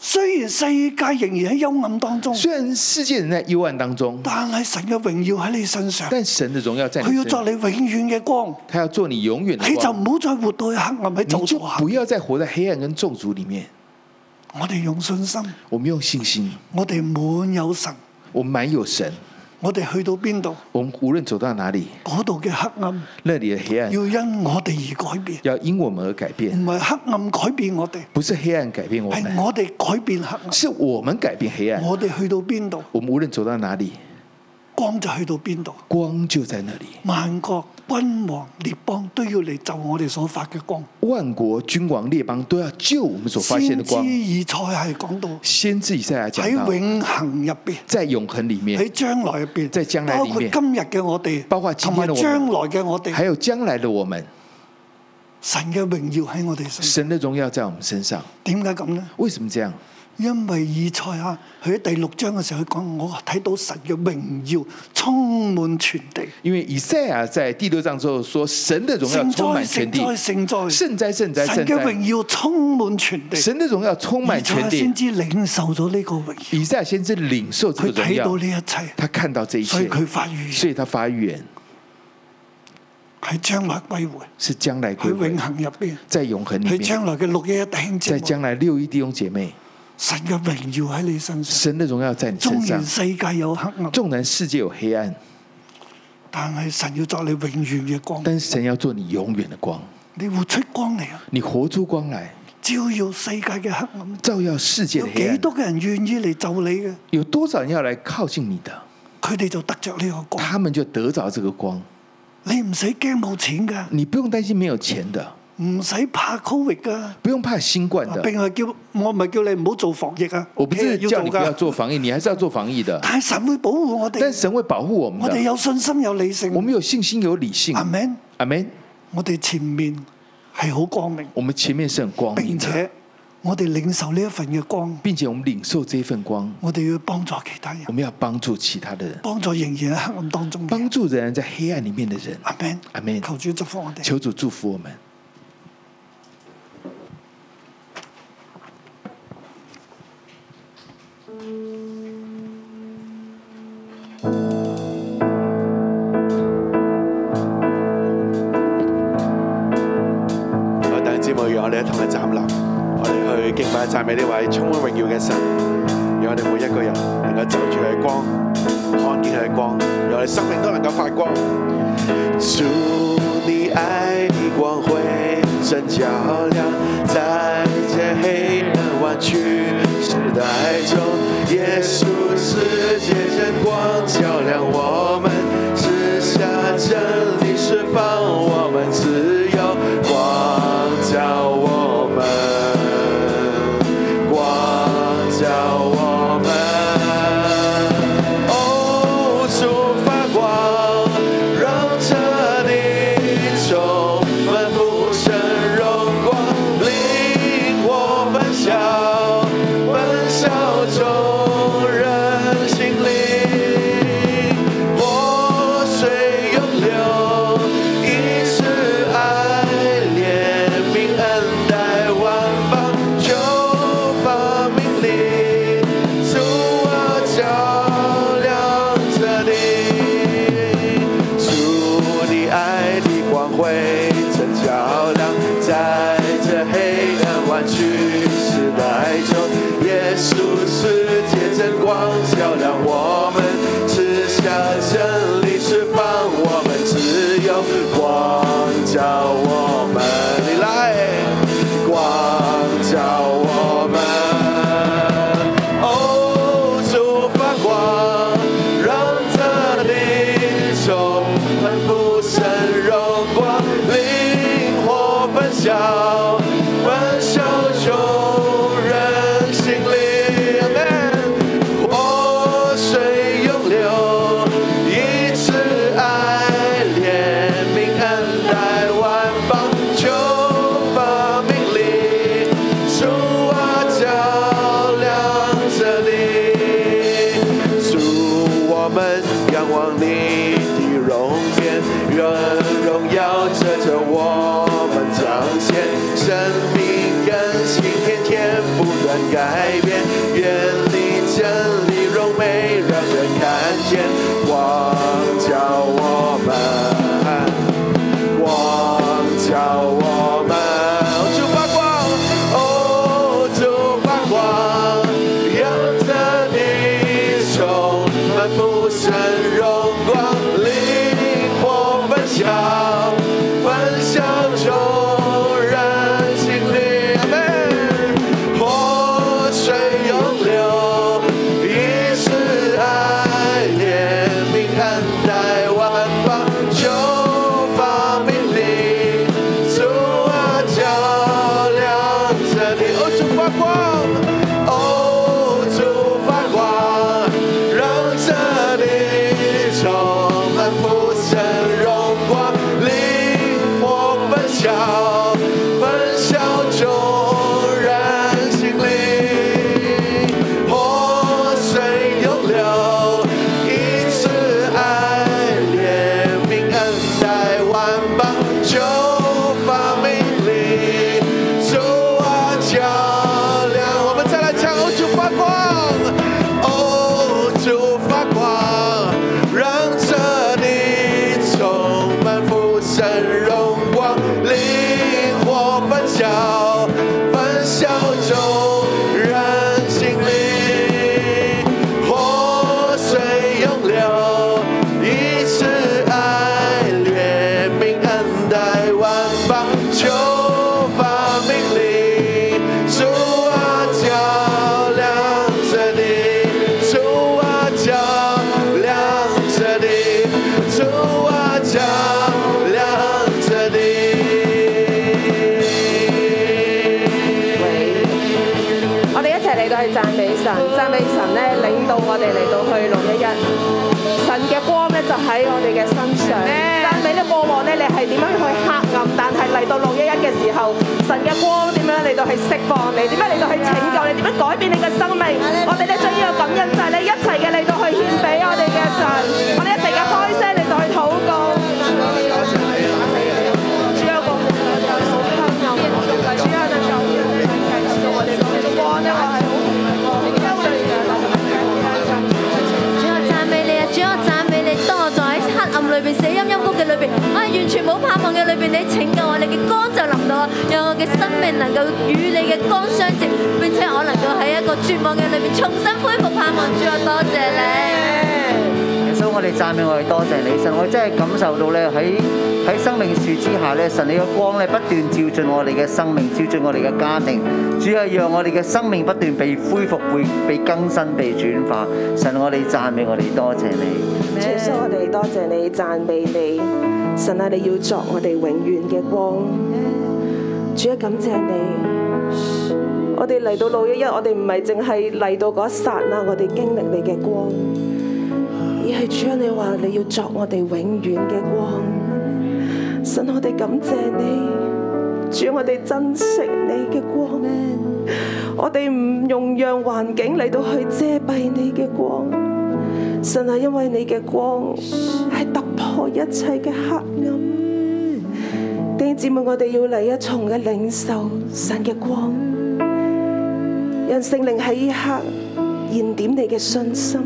S2: 雖然世界仍然喺幽暗當中，
S3: 虽然世界人在幽暗当中，
S2: 但係神嘅榮耀喺你身上，
S3: 但神的荣耀在你
S2: 啊佢要
S3: 身
S2: 作
S3: 上，
S2: 你永遠嘅光，
S3: 他要做你永远的
S2: 你就
S3: 光。
S2: 唔好再活到去黑暗喺
S3: 你
S2: 咒
S3: 就
S2: 詛下。
S3: 不要再活在黑暗跟咒诅里面。
S2: 我哋用信心，
S3: 我们用信心，
S2: 我哋滿有神，
S3: 我们满有神，
S2: 我哋去到邊度，
S3: 我们无论走到哪里，
S2: 嗰度嘅黑暗
S3: 那里的黑暗
S2: 要因我哋而改變，
S3: 要因我们而改变，
S2: 唔係黑暗改變我哋，
S3: 不是黑暗改变我们
S2: 哎係，我哋改變黑暗。
S3: 是我们改变黑暗。
S2: 我哋去到邊度，
S3: 我们无论走到哪里，
S2: 光就去到邊度。
S3: 光就在那里。
S2: 萬國君王列邦都要嚟就我哋所發嘅光。
S3: 万国君王列邦都要救我们所发现
S2: 先
S3: 的
S2: 知
S3: 光。
S2: 以賽係講到
S3: 先知以赛亚
S2: 喺
S3: 讲到，
S2: 永恆入邊，
S3: 在永恒里面，
S2: 喺將來入邊，
S3: 在將來
S2: 包
S3: 裡
S2: 括
S3: 面
S2: 今日嘅我哋，
S3: 包括今
S2: 同
S3: 天
S2: 埋
S3: 的我
S2: 將來
S3: 們
S2: 嘅我
S3: 还
S2: 哋，
S3: 有将来的我们，
S2: 神嘅榮耀喺我哋身上。
S3: 神的荣耀在我们身上。
S2: 點解咁呢？
S3: 为什么这样？
S2: 因為以賽亞佢喺第六章嘅時候，佢講我睇到神嘅榮耀充滿全地，
S3: 因为以赛亚在第六章之后说，神的荣耀
S2: 聖
S3: 充
S2: 哉
S3: 满全
S2: 聖
S3: 地
S2: 哉，聖哉，
S3: 圣哉圣哉
S2: 神
S3: 圣
S2: 嘅
S3: 哉，
S2: 榮耀充滿全地。
S3: 神的荣耀充满全
S2: 以賽亞先
S3: 地。
S2: 知領受咗呢個榮耀，
S3: 以赛亚先知领受这
S2: 佢
S3: 个荣
S2: 睇到
S3: 耀，
S2: 呢一切，
S3: 他看到这一
S2: 所以
S3: 切，
S2: 佢發預
S3: 所
S2: 言
S3: 以他发预言
S2: 喺將來歸回，
S3: 是将
S2: 喺
S3: 来归
S2: 永
S3: 回，
S2: 恆入邊，
S3: 在永恒里
S2: 喺
S3: 面，
S2: 將來嘅六一一弟兄姊
S3: 在
S2: 妹，
S3: 将来六一弟兄姐妹，
S2: 神嘅榮耀喺你身上。
S3: 神的荣耀在你身
S2: 縱
S3: 上
S2: 然。世界有黑暗，
S3: 纵然世界有黑暗，
S2: 但係神要作你永遠嘅光，
S3: 但是神要做你永远的光，
S2: 你活出光嚟啊，
S3: 你活出光来，
S2: 照耀世界嘅黑暗。
S3: 照耀世界
S2: 有
S3: 的黑
S2: 幾
S3: 暗。
S2: 多嘅人願意嚟就你嘅，
S3: 有多少人要来靠近你的，
S2: 佢哋就得着呢個光。
S3: 他们就得着这个光。
S2: 你唔使驚冇錢㗎，
S3: 你不用担心没有钱的，
S2: 唔使怕 Covid 㗎。
S3: 不用怕新冠
S2: 啊
S3: 的。
S2: 並係叫我唔係叫你唔好做防疫啊，
S3: 我不是
S2: 其實
S3: 叫你不要
S2: 要做㗎。
S3: 做防疫，你还是要做防疫的。
S2: 但係神會保護我
S3: 但
S2: 哋，
S3: 神会保护我们
S2: 我哋
S3: 的。
S2: 有信心有理性
S3: 我。们有信心，有理性
S2: 阿。明，
S3: 阿门。
S2: 我哋前面係好光明，
S3: 我们前面是很光明
S2: 並
S3: 的，
S2: 且我哋領受呢一份嘅光，
S3: 并且我们领受这一份光，
S2: 我哋要幫助其他人
S3: 我，们要帮助其他的人，
S2: 幫助仍然喺黑暗當中嘅人。
S3: 帮助人在黑暗里面的人。
S2: 阿明，
S3: 阿们
S2: 求主祝福我哋。
S3: 求主祝福我们。
S4: 好，弟兄姊妹，讓我哋一同去站立，我哋去敬拜讚美呢位充滿榮耀嘅神，讓我哋每一個人能夠就住佢嘅光，看見佢嘅光，讓我哋生命都能夠發光。主，你愛的光輝真照亮，在这黑暗弯曲时代中，耶稣世界真光照亮我们，指下真理释放我们自由，光照我们，光照我们。哦，主发光，让这里充满父神荣光，令我分享，分享众人心灵。活水涌流，一世爱怜悯恩待万邦，求发命令，主啊照亮这里，主你爱的光辉真照亮，在这黑暗弯曲时代中，耶稣世界真光照亮我们，赐下真理释放我们自由，光照我们，你来，光照我们。哦，主发光，让这里充满父神荣光，灵活分享，分享众人心灵。Amen 活水涌流，以慈爱怜悯恩待万邦，求发命令，主啊照亮这里，主我们仰望你的容颜，愿荣耀遮着我们彰显生命更新，天天不断。改变。愿你真理柔美，让人看见。光照我们，光照我们，主发光，哦，主发光，让这地充满父神荣光，灵火焚烧，焚烧众人心里。阿门。活水永流，一世爱怜悯看待万邦，求发命令，主啊照亮这地，哦主发光，哦主发光，让这地充满父神荣光，灵火焚烧，焚烧众人心灵，活水涌流，以慈爱怜悯恩待万邦，就发命令，主啊照亮我们，再来唱哦，主发光，哦主发光，让这里充满父神荣光，灵火焚烧，焚烧众人心灵，活水涌流，以慈爱怜悯恩待万邦，求发命令，主啊照亮这地，主啊照亮这地，主啊照亮这地。
S5: 我哋一齊嚟到去讚美神，讚美神咧領導我哋嚟到去六一一，神嘅光咧就喺我哋嘅身上。讚美咧過往咧你係點樣去黑暗，但係嚟到六一一嘅時候，神嘅光點樣嚟到去釋放你，點樣嚟到去拯救你，點樣改變你嘅生命。我哋咧將呢個感恩祭咧一齊嘅嚟到去獻俾我哋嘅神，我哋一齊嘅開聲嚟到去禱告。主啊，我哋有好黑暗，主啊，能夠讓你繼續我哋嘅光咧，我係好紅嘅光，憂慮嘅
S6: 主我讚美你啊！主我讚美你，當我坐喺黑暗裏邊、死陰陰谷嘅裏邊，我係完全冇盼望嘅裏邊，你拯救我，你嘅光就臨到我，讓我嘅生命能夠與你嘅光相接，並且我能夠喺一個絕望嘅裏邊重新恢復盼望。主我多謝你。
S7: 耶穌，我哋讚美我哋多謝你，神，我真係感受到咧喺喺生命樹之下咧，神你嘅光咧不斷照進我哋嘅生命，照進我哋嘅家庭，主啊，讓我哋嘅生命不斷被恢復、被被更新、被轉化。神，我哋讚美我哋多謝你。
S5: 耶穌，我哋多謝你，讚美你，神啊，你要作我哋永遠嘅光。主啊，感謝你，我哋嚟到六一一，我哋唔係淨係嚟到嗰一剎那，我哋經歷你嘅光，而係主啊，你話你要作我哋永遠嘅光。神，我哋感謝你，主，我哋珍惜你嘅光，我哋唔用讓環境嚟到去遮蔽你嘅光。神啊，因為你嘅光係突破一切嘅黑暗。弟兄姊妹，我哋要嚟一重嘅領受神嘅光，讓聖靈喺呢刻燃點你嘅信心。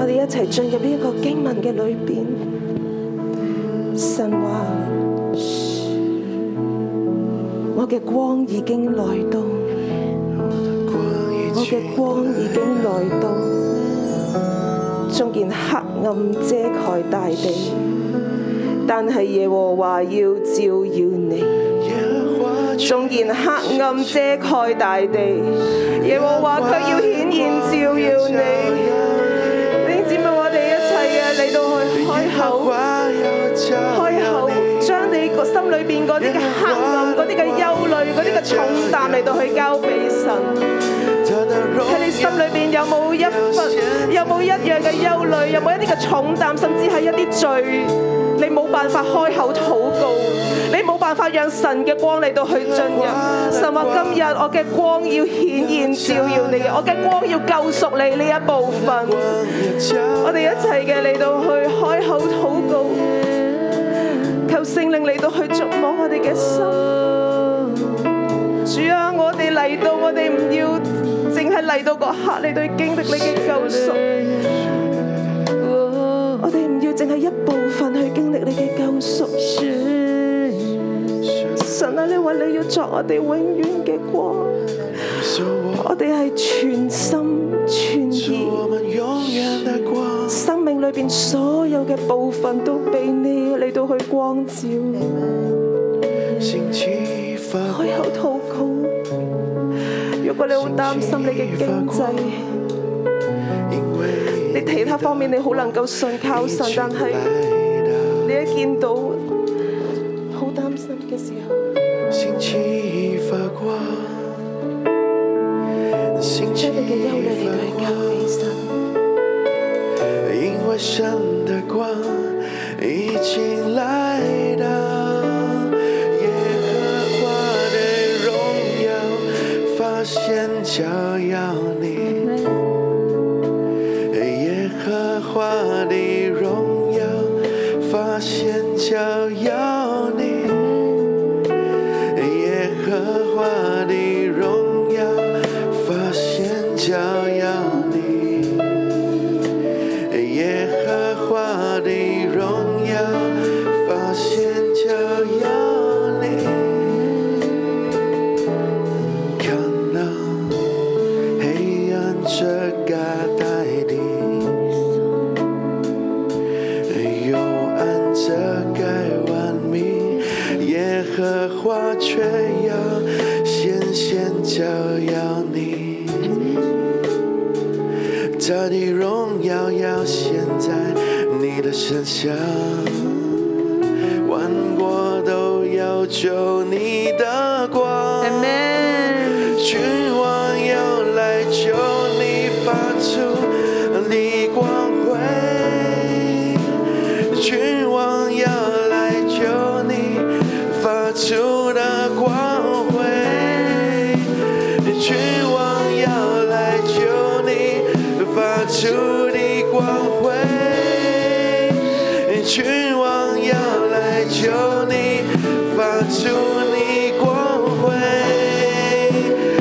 S5: 我哋一齊進入呢一個經文嘅裏邊。神話：我嘅光已經來到，我嘅光已經來到。縱然黑暗遮蓋大地，但係耶和華要照耀你。縱然黑暗遮蓋大地，耶和華佢要顯現照耀你。弟兄姊妹，我哋一齊嘅嚟到去開口，開口將你個心裏邊嗰啲嘅黑暗、嗰啲嘅憂慮、嗰啲嘅重擔嚟到去交俾神。喺你心裏邊有冇一份，有冇一樣嘅憂慮，有冇一啲嘅重擔，甚至係一啲罪，你冇辦法開口禱告，你冇辦法讓神嘅光嚟到去進入。神話今日我嘅光要顯現照耀你嘅，我嘅光要救贖你呢一部分。我哋一齊嘅嚟到去開口禱告，求聖靈嚟到去觸摸我哋嘅心。
S8: 主
S5: 主
S8: 啊，我哋嚟到，我哋唔要淨係嚟到嗰刻，你都要經歷你嘅救贖。我哋唔要淨係一部分去經歷你嘅救贖。神啊，你話你要作我哋永遠嘅光，我哋係全心全意，生命裏邊所有嘅部分都俾你嚟到去光照。開口禱告。如果你好擔心你嘅經濟，你其他方面你好能夠信靠神，但係你一見到好擔心嘅時候，
S9: 心情发光，心情
S8: 將你嘅憂慮嚟到去
S9: 发
S8: 交俾神，
S9: 光，因为神的光已经来到，耶和华的荣耀发现照耀你，耶和华的荣耀发现照耀你。耶和华的荣耀发现照耀你，耶和华的荣耀发现照耀你，看那黑暗遮盖大地，幽暗遮盖万民，耶和华却要显现照耀你，他的荣耀要显在你的身上，万国都要求你的光。君王要来，求你发出你光辉。君王要来，求你发出那光辉。君王要来，求你发出你光辉。君王要来，求你发出你光辉。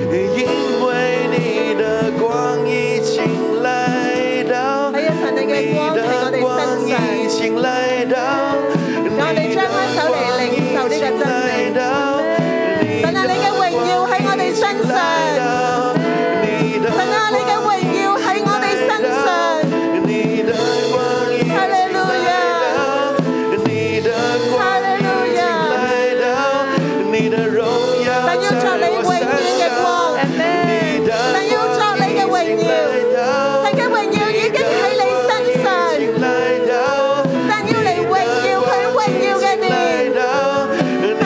S9: 因为你的光已经来到，
S8: 係啊神你嘅光喺我哋身上
S9: 你的光已经来到，
S8: 我哋張開手嚟領受呢個真理神啊你嘅榮耀喺我哋身上神啊你嘅榮耀喺我哋身上
S9: 你的光已经
S8: 哈利路
S9: 来到，你的
S8: 哈
S9: 光
S8: 利路
S9: 已经
S8: 亞
S9: 来到，你的荣耀
S8: 神要作你
S9: 在
S8: 永
S9: 我身
S8: 遠嘅
S9: 上
S8: 光。
S9: 你的
S8: 神要作你嘅榮耀，神嘅榮耀已經喺你身上，神要嚟榮耀佢榮耀嘅你，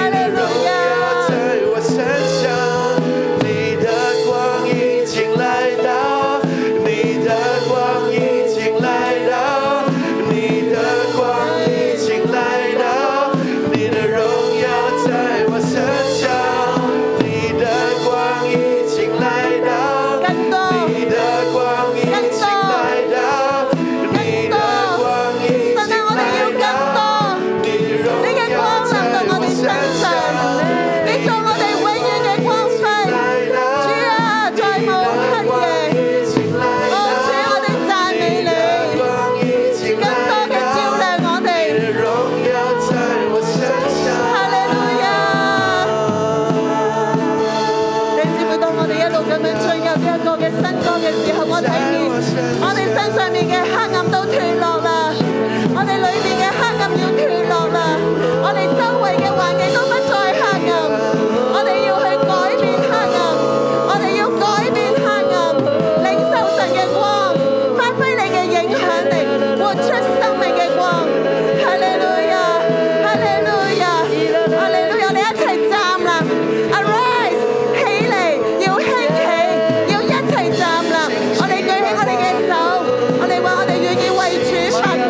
S8: 更多
S9: 你的光已
S8: 更
S9: 经
S8: 多
S9: 来到，你的光已经
S8: 神啊我哋要
S9: 来
S8: 更
S9: 到。
S8: 多，你嘅光臨到我哋身上，你做我哋永遠嘅光輝，主啊，再無黑夜，哦主我哋讚美你，更多嘅照亮我哋，哈利路亞。你知唔知當我哋一路咁樣進入呢一個嘅新歌嘅時候，我睇見我哋身上面嘅黑暗都脱落啦，我哋裏面嘅黑暗要脱落啦，我哋周圍嘅環境都不再黑暗，我哋要去改變黑暗，我哋要改變黑暗，領受神嘅光，發揮你嘅影響力，活出生命嘅光。哈利路亞，哈利路亞，哈利路亞！你一齊站啦，Arise！起嚟，要興起，要一齊站立。我哋舉起我哋嘅手，我哋話我哋願意為主發光，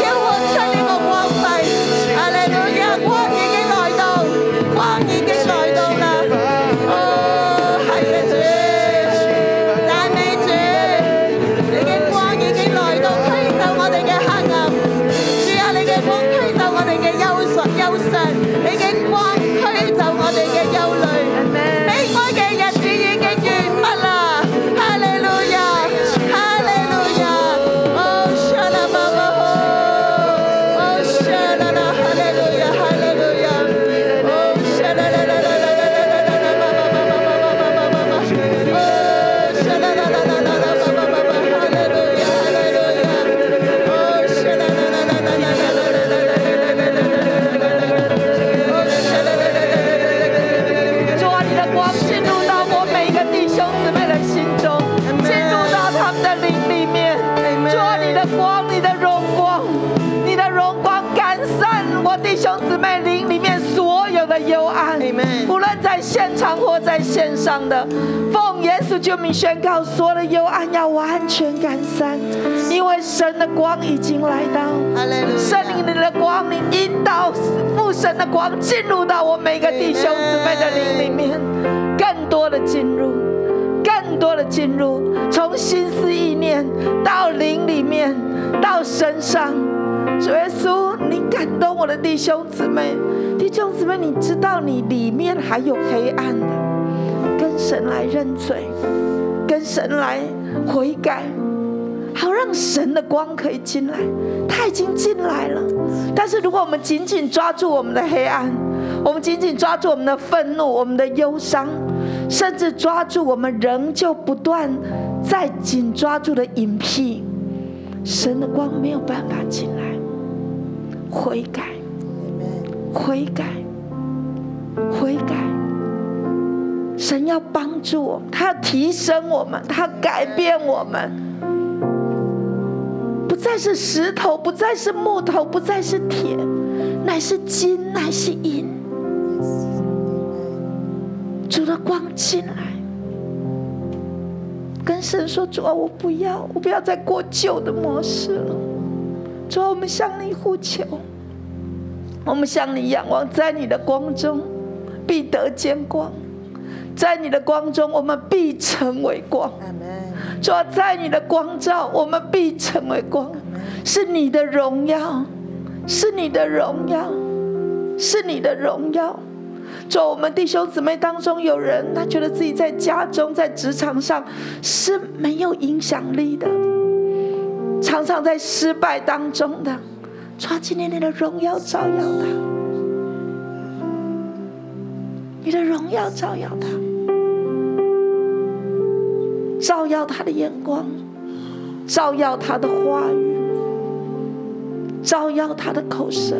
S8: 要活出呢個光輝。哈利路亞，光已經來到，哦
S10: 啊啊无论在现场或在线上的，奉耶稣救命宣告，所有的幽暗要完全赶散，因为神的光已经来到。圣灵你的光，你引导父神的光进入到我每个弟兄姊妹的灵里面，更多的进入，更多的进入，从心思意念到灵里面，到身上。主耶稣，你感动我的弟兄姊妹，弟兄姊妹，你知道你里面还有黑暗的，跟神来认罪，跟神来悔改，好让神的光可以进来。他已经进来了，但是如果我们紧紧抓住我们的黑暗，我们紧紧抓住我们的愤怒、我们的忧伤，甚至抓住我们仍旧不断在紧抓住的隐蔽，神的光没有办法进来。悔改，悔改，悔改。神要帮助我们，他要提升我们，他要改变我们。不再是石头，不再是木头，不再是铁，乃是金，乃是银。主的光进来，跟神说：“主啊，我不要，我不要再过旧的模式了。主啊，我们向你呼求，我们向你仰望，在你的光中必得见光，在你的光中我们必成为光。”主啊，在你的光照，我们必成为光，是你的荣耀，是你的荣耀，是你的荣耀。主啊，我们弟兄姊妹当中有人，他觉得自己在家中、在职场上是没有影响力的，常常在失败当中的。主啊，今天你的荣耀照耀他，你的荣耀照耀他。照耀他的眼光，照耀他的话语，照耀他的口舌，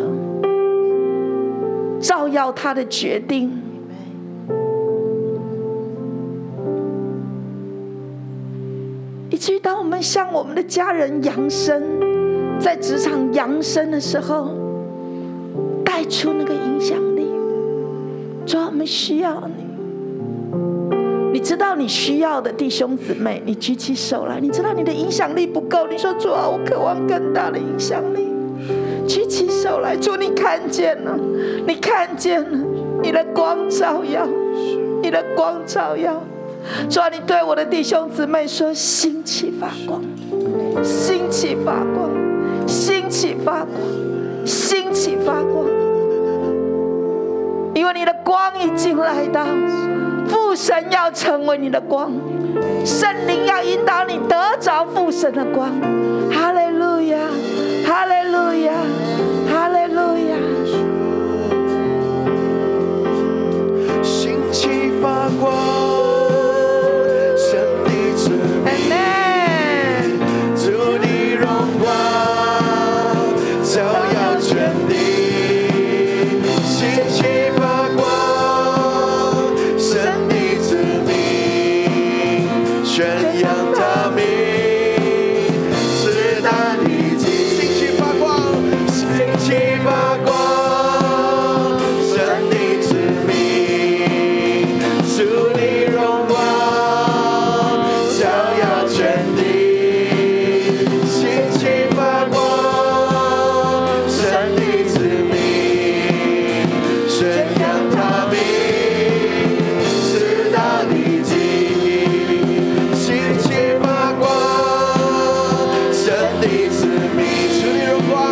S10: 照耀他的决定。以至于当我们向我们的家人扬声，在职场扬声的时候，带出那个影响力。主啊，我们需要你。你知道你需要的弟兄姊妹，你举起手来。你知道你的影响力不够，你说主啊，我渴望更大的影响力。举起手来，主，你看见了，你看见了，你的光照耀，你的光照耀。主啊，你对我的弟兄姊妹说：兴起发光，兴起发光，兴起发光，兴起发光。因为你的光已经来到，父神要成为你的光，圣灵要引导你得着父神的光。哈利路亚，哈利路亚，哈利路亚。
S4: 心起发光，神的旨意，
S10: Amen。
S4: 主的荣光照耀全地。心起发光，神的旨意，宣扬他名，是他的旨意。心起发光，心起发光，神的旨意，主的荣光照耀全地。心起发光，神的子民，宣扬他名，是他的旨意。心起发光，神的子民，主的荣光，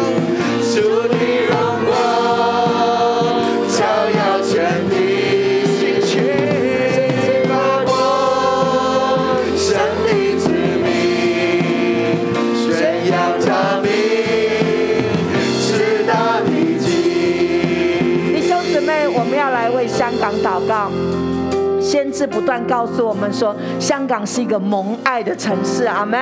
S4: 主的荣光，照耀全地。心起发光，神的子民。宣扬他名，是他的记
S10: 弟兄姊妹，我们要来为香港祷告。先知不断告诉我们说，香港是一个蒙爱的城市，阿门。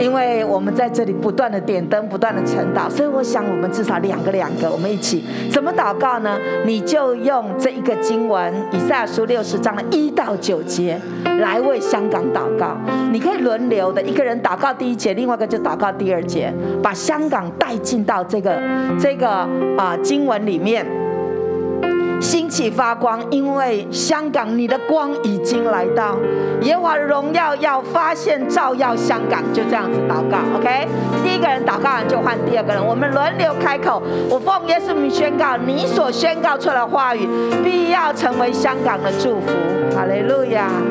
S10: 因为我们在这里不断的点灯，不断的晨祷，所以我想我们至少两个两个，我们一起怎么祷告呢？你就用这一个经文《以赛亚书》六十章的一到九节来为香港祷告。你可以轮流的，一个人祷告第一节，另外一个就祷告第二节，把香港带进到这个这个啊、经文里面。兴起发光，因为香港你的光已经来到，耶和华的荣耀要发现照耀香港，就这样子祷告，OK？第一个人祷告完就换第二个人，我们轮流开口。我奉耶稣名宣告，你所宣告出来的话语，必要成为香港的祝福。哈利路亚。
S7: 啊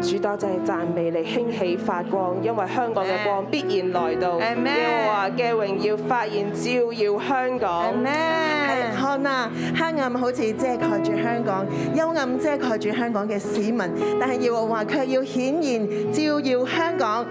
S10: 主多謝讚美你興起發光，因為香港嘅光必然來到。
S11: Amen
S10: 耶和華嘅榮耀發現照耀香港。
S11: 係看啊，黑暗好似遮蓋住香港，幽暗遮蓋住香港嘅市民，但係耶和華卻要顯現照耀香港。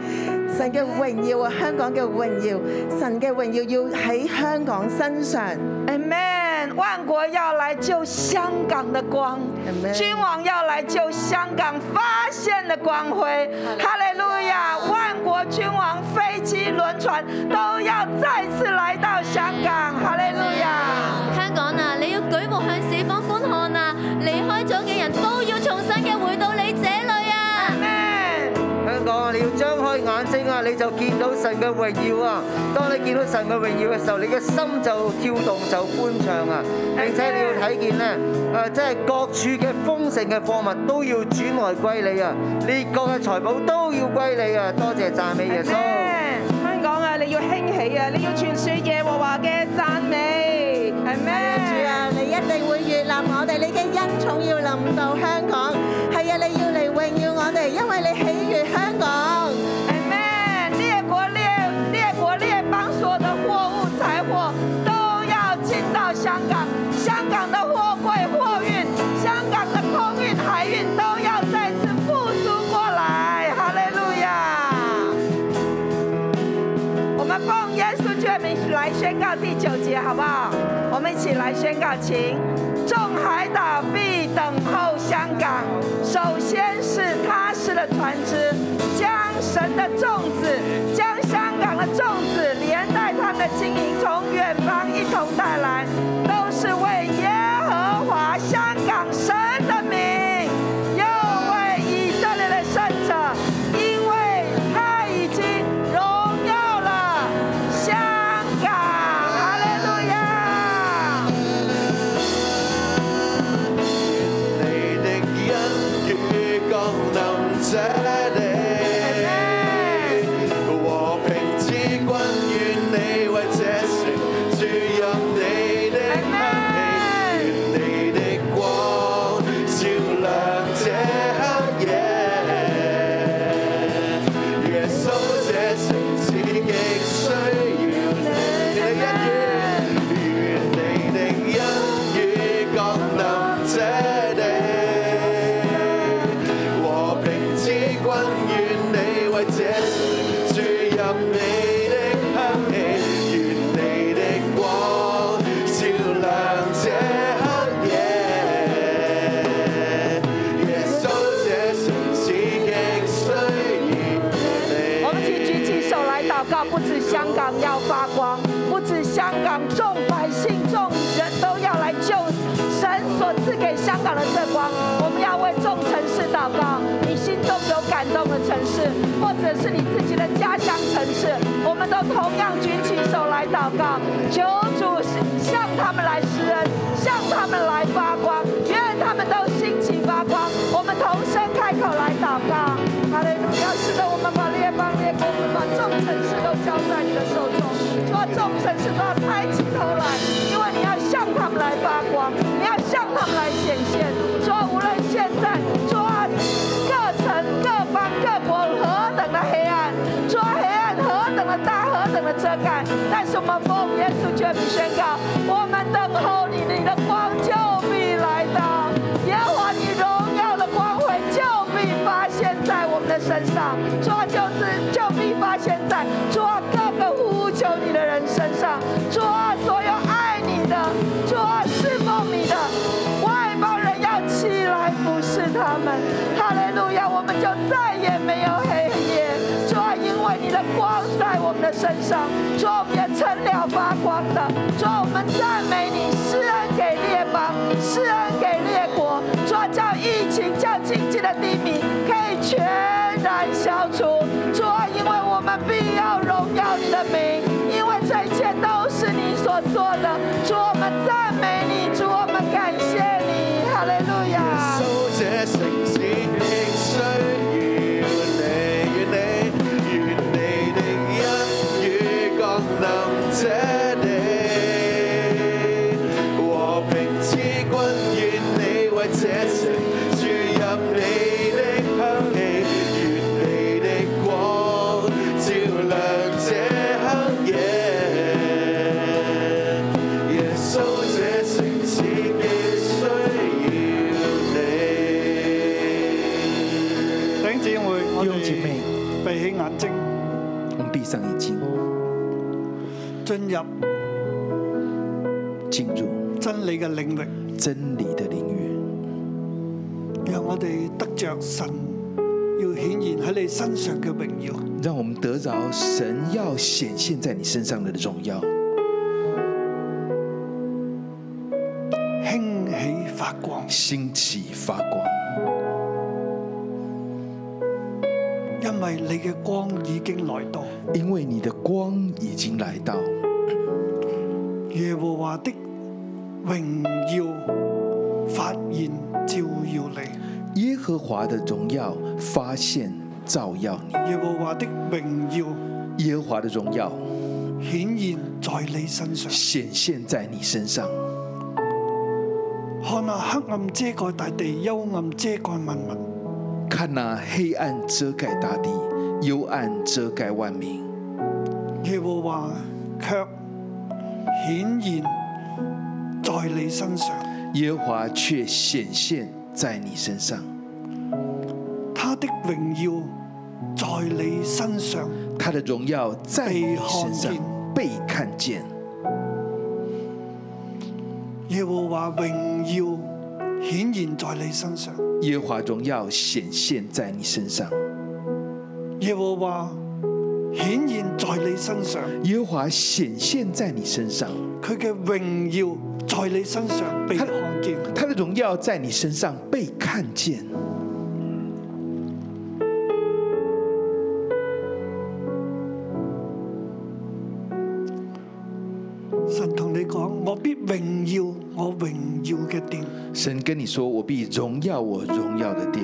S11: 神嘅榮耀啊，香港嘅榮耀，神嘅榮耀要喺香港身上。
S10: Amen，萬國要來救香港的光
S11: Amen
S10: 君王要來救香港發現的光輝。哈利路亞！萬國君王、飛機、輪船都要再次來到香港。哈利路亞！
S6: 香港啊，你要舉目向四方觀看啊！離開咗嘅人都要重新嘅回到你這裏啊！
S7: 香港啊，你要張開眼睛啊，你就見到神嘅榮耀啊！當你見到神嘅榮耀嘅時候，你嘅心就跳動就歡暢啊！並且你要睇見咧，誒、即係各處嘅豐盛嘅貨物都要轉來歸你啊！列國嘅財寶都要歸你啊！多謝讚美耶穌。
S10: 香港啊，你要興起啊，你要傳説耶和華嘅讚美，係
S11: 主
S10: 咩？
S11: 啊，你一定會越立我哋，你嘅恩寵要臨到香港。係啊，你要嚟榮耀我哋，因為你喜悦香港。
S10: Amen。列国列列国列邦所有的货物财货都要进到香港，香港的货柜货运、香港的空运、海运都要再次复苏过来。哈利路亚！我们奉耶稣之名来宣告第九节，好不好？我们一起来宣告，请众海岛必等候香港。首先是踏实的船只，将神的种子，将香港的种子连带它的经营从远方一同带来，都是为耶和华香港神的名，又为以色列的圣者，因为他已经荣耀了香港，哈利路亚！
S4: 你的恩雨降臨這地，oh,
S10: 港、众百姓、众人都要来救神所赐给香港的这光。我们要为众城市祷告，你心中有感动的城市，或者是你自己的家乡城市，我们都同样举起手来祷告，求主向他们来施恩，向他们来发光，愿他们都兴起发光。我们同声开口来祷告，哈利路亚！是的，我们把列邦列国，我们把众城市都交在你的手中，说众城市都要抬起头来，因为你要向他们来发光，你要向他们来显现。说无论现在，说啊各城各方各国何等的黑暗，说黑暗何等的大，何等的遮盖，但是我们奉耶稣全名宣告，我们等候你，你的光就必来到，耶和华你荣耀的光辉就必发现在我们的身上，主啊，就是就必发现在主啊各个呼求你的人身上，主啊，所有爱你的，主啊侍奉你的外邦人要起来服侍他们，哈利路亚，我们就再也没有黑夜，主啊，因为你的光在我们的身上，主啊，我们也成了发光的，主啊，我们赞美你，施恩给列邦，施恩给列国，主啊，叫疫情叫经济的低迷可以全然消除，主啊，因为我们必要荣耀你的名，因为这一切都是你所做的，主，我们赞美你，主，我们感谢你，哈利路
S4: 耶穌這城市，亦需要你，願你
S10: 亚。
S4: 願你的恩雨降臨這地，和平之君，願你為這城注入你的香氣，願你的光照亮這黑夜。耶穌，這城市極需要你。
S2: 弟兄姊妹，我哋閉起眼睛，
S12: 我们闭上眼睛，
S2: 進入
S12: 进入
S2: 真理嘅領域，
S12: 真理的领域，
S2: 讓我哋得着神要顯現喺你身上嘅榮耀。
S12: 让我们得着神要显现在你身上的荣耀，
S2: 興起發光，
S12: 兴起发光，
S2: 因為你嘅光已經來到。
S12: 因为你的光已经来到，
S2: 耶和華的榮耀發現照耀你，
S12: 耶和华的荣耀发现照耀你，
S2: 耶和華的榮耀
S12: 耶和华的荣耀
S2: 顯現在你身上。
S12: 显现在你身上。
S2: 看啊，黑暗遮蓋大地，幽暗遮蓋萬民。
S12: 看那、黑暗遮盖大地，幽暗遮盖万民，
S2: 耶和華卻顯現在你身上，
S12: 耶和华却显现在你身上，
S2: 他的榮耀在你身上。
S12: 他的荣耀在你身上被看见。
S2: 耶和華榮耀顯現在你身上，
S12: 耶和华荣耀显现在你身上，
S2: 耶和華顯現在你身上，
S12: 耶和华显现在你身上，
S2: 佢嘅榮耀在你身上被看見。
S12: 他的荣耀在你身上被看见。
S2: 神同你講：我必榮耀我榮耀嘅殿。
S12: 神跟你说：“我必荣耀我荣耀的殿，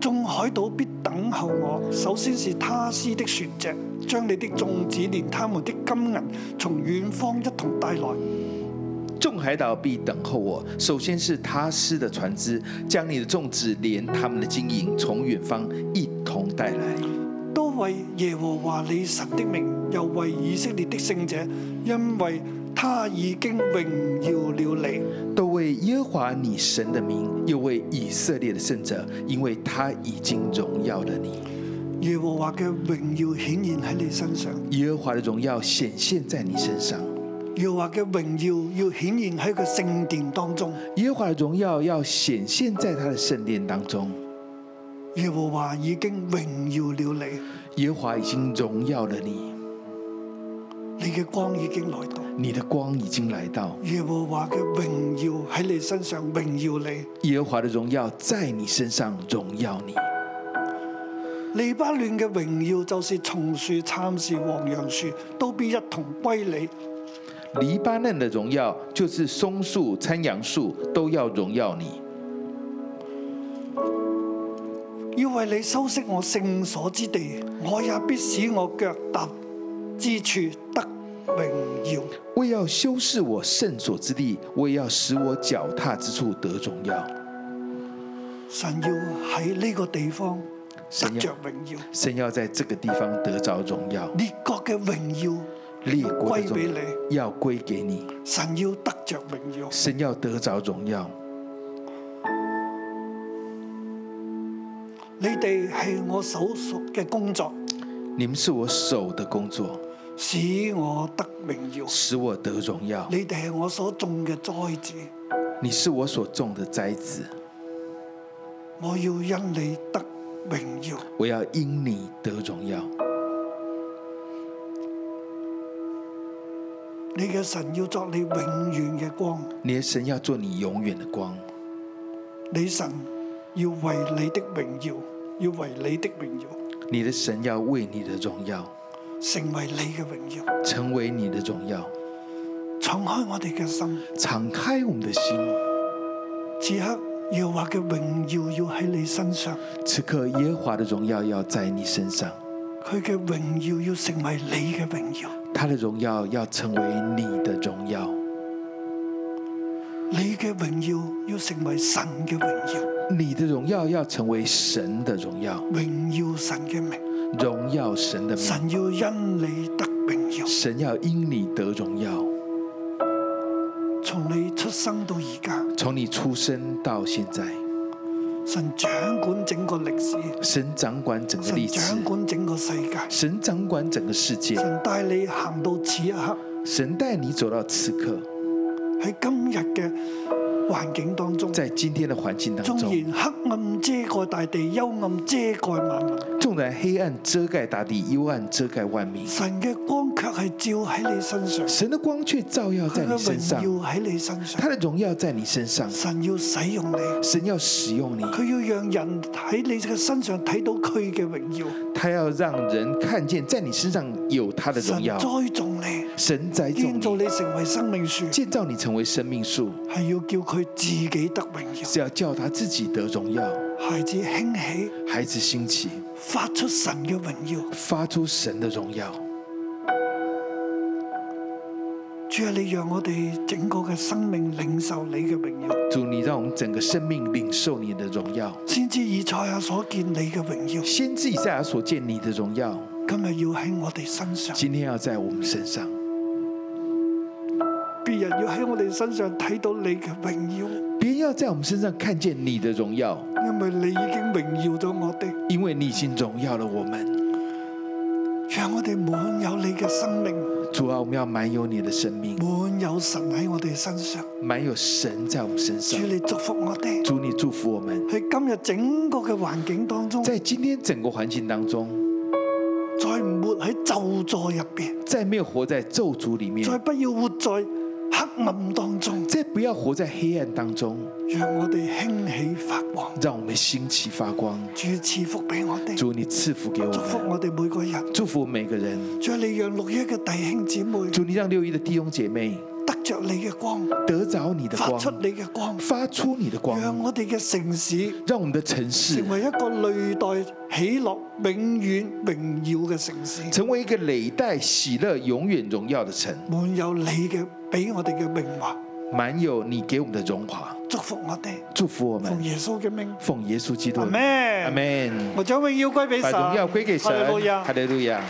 S2: 眾海島必等候我，首先是他施的船隻，將你的眾子連他們的金銀從遠方一同帶來。
S12: 众海岛必等候我。首先是他施的船只，将你的众子连他们的金银从远方一同带来。”
S2: 都為耶和華你神的名，又為以色列的聖者，因為他已經榮耀了你。
S12: 都为耶和华你神的名，又为以色列的圣者，因为他已经荣耀了你。
S2: 耶和華嘅榮耀顯現喺你身上，
S12: 耶和华的荣耀显现在你身上，
S2: 耶和華嘅榮耀要顯現喺佢聖殿當中。
S12: 耶和华的荣耀要显现在他的圣殿当中。
S2: 耶和華已經榮耀了你，
S3: 耶和华已经荣耀了你，
S2: 你嘅光已經來到，
S3: 你的光已经来到，
S2: 耶和華嘅榮耀喺你身上榮耀你。
S3: 耶和华的荣耀在你身上荣耀你。
S2: 利巴嫩嘅榮耀就是松樹、杉樹、黃楊樹，都必一同歸你。
S3: 黎巴嫩的荣耀就是松树、参杨树都要荣耀你，
S2: 要為你修飾我聖所之地，我也必使我腳踏之處得榮耀。
S3: 为要修饰我圣所之地，我也要使我脚踏之处得荣耀。
S2: 神要喺呢個地方得
S3: 神要
S2: 着榮耀，
S3: 神要在这个地方得着荣耀，
S2: 列國嘅榮耀
S3: 列国的
S2: 歸俾
S3: 荣耀
S2: 你，
S3: 要归给你，
S2: 神要得着榮耀。
S3: 神要得着荣耀。
S2: 你哋係我手屬嘅工作，
S3: 你们是我手的工作，
S2: 使我得榮耀。
S3: 使我得荣耀。
S2: 你哋係我所種嘅栽子，
S3: 你是我所种的栽子，
S2: 我要因你得榮耀。
S3: 我要因你得荣耀。
S2: 你嘅神要作你永遠嘅光，
S3: 你的神要做你永远的光，
S2: 你神要為你的榮耀，要為你的榮耀，
S3: 你的神要为你的荣耀，
S2: 成為你嘅榮耀。
S3: 成为你的荣耀。
S2: 敞開我哋嘅心，
S3: 敞开我们的心，
S2: 此刻耶和華嘅榮耀要喺你身上，
S3: 此刻耶和华的荣耀要在你身上，
S2: 佢嘅榮耀要成為你嘅榮耀，
S3: 他的荣耀要成为你的荣耀，
S2: 你嘅榮耀要成為神嘅榮耀，
S3: 你的荣耀要成为神的荣耀，
S2: 榮耀神嘅名，
S3: 荣耀神的名。
S2: 神要因你得榮耀。
S3: 神要因你得荣耀，
S2: 從你出生到而家，
S3: 从你出生到现在，
S2: 神掌管整個歷史，
S3: 神掌管整个
S2: 神
S3: 历史
S2: 掌，管整個世界，
S3: 神掌管整个世界，
S2: 神帶你行到此一刻。
S3: 神带你走到此刻，
S2: 喺今日嘅環境當中，縱
S3: 在今天的环境当中，
S2: 然黑暗遮蓋大地，幽暗遮蓋萬民，
S3: 纵然黑暗遮盖大地，幽暗遮盖万民，
S2: 神嘅光卻係照喺你身上，
S3: 神的光却照耀在
S2: 佢
S3: 你
S2: 嘅
S3: 身上，
S2: 榮耀喺你身上
S3: 他，的荣耀在你身上，
S2: 神要使用你，
S3: 神要使用你，
S2: 佢要讓人喺你嘅身上睇到佢嘅榮耀，
S3: 他要让人看见在你身上有他的荣
S2: 神
S3: 耀。
S2: 栽種你，
S3: 神栽
S2: 建造
S3: 种你，
S2: 你成為生命樹，
S3: 建造你成为生命树，
S2: 係要叫佢自己得榮耀。
S3: 是要叫他自己得荣耀。
S2: 孩子興起，
S3: 孩子兴起，
S2: 發出神嘅榮耀。
S3: 发出神的荣耀。
S2: 主啊，你讓我哋整個嘅生命領受你嘅榮耀。
S3: 主，你让我们整个生命领受你的荣耀。
S2: 先知以賽亞所見你嘅榮耀，
S3: 先知以赛亚所见你的荣耀，
S2: 今日要喺我哋身上，
S3: 今天要在我们身上，
S2: 別人要喺我哋身上睇到你嘅榮耀，
S3: 别人要在我们身上看见你的荣耀，
S2: 因為你已經榮耀咗我哋。
S3: 因为你已经荣耀了我们。
S2: 讓我哋滿有你嘅生命，
S3: 主啊，我们要满有你的生命，
S2: 滿有神喺我哋身上。
S3: 满有神在我们身
S2: 主
S3: 上。
S2: 你祝福我哋
S3: 主，你祝福我们，
S2: 喺今日整個嘅環境當中，
S3: 在今天整个环境当中，
S2: 再唔活喺咒詛入邊，
S3: 再没有活在咒诅里面，
S2: 再不要活在黑暗當中。
S3: 再不要活在黑暗當中，
S2: 讓我哋興起發光。
S3: 讓我们兴起发光。
S2: 主賜福俾我哋，
S3: 主，你赐福给我
S2: 祝福
S3: 们，
S2: 我哋每個人。
S3: 祝福每个人。
S2: 主你讓六一嘅弟兄姊妹
S3: 主，你让六一的弟兄姐妹
S2: 得着你嘅光，
S3: 得着你的
S2: 發
S3: 光，
S2: 出你嘅光，
S3: 发出你的光，
S2: 讓我哋嘅城市
S3: 让我们的城市
S2: 成為一個歷代喜樂、永遠榮耀嘅城市，
S3: 成为一个累代喜乐、永远荣耀的城，
S2: 滿有你嘅俾我哋嘅榮華。
S3: 满有你给我们的荣华。
S2: 祝福我哋，
S3: 祝福我
S2: 奉
S3: 们，
S2: 耶穌嘅名，
S3: 奉耶稣基督的名，
S2: Amen
S3: 阿门。
S2: 我將榮耀歸俾神，
S3: 把荣耀归给神
S2: 哈利路，亞
S3: 哈利路亚。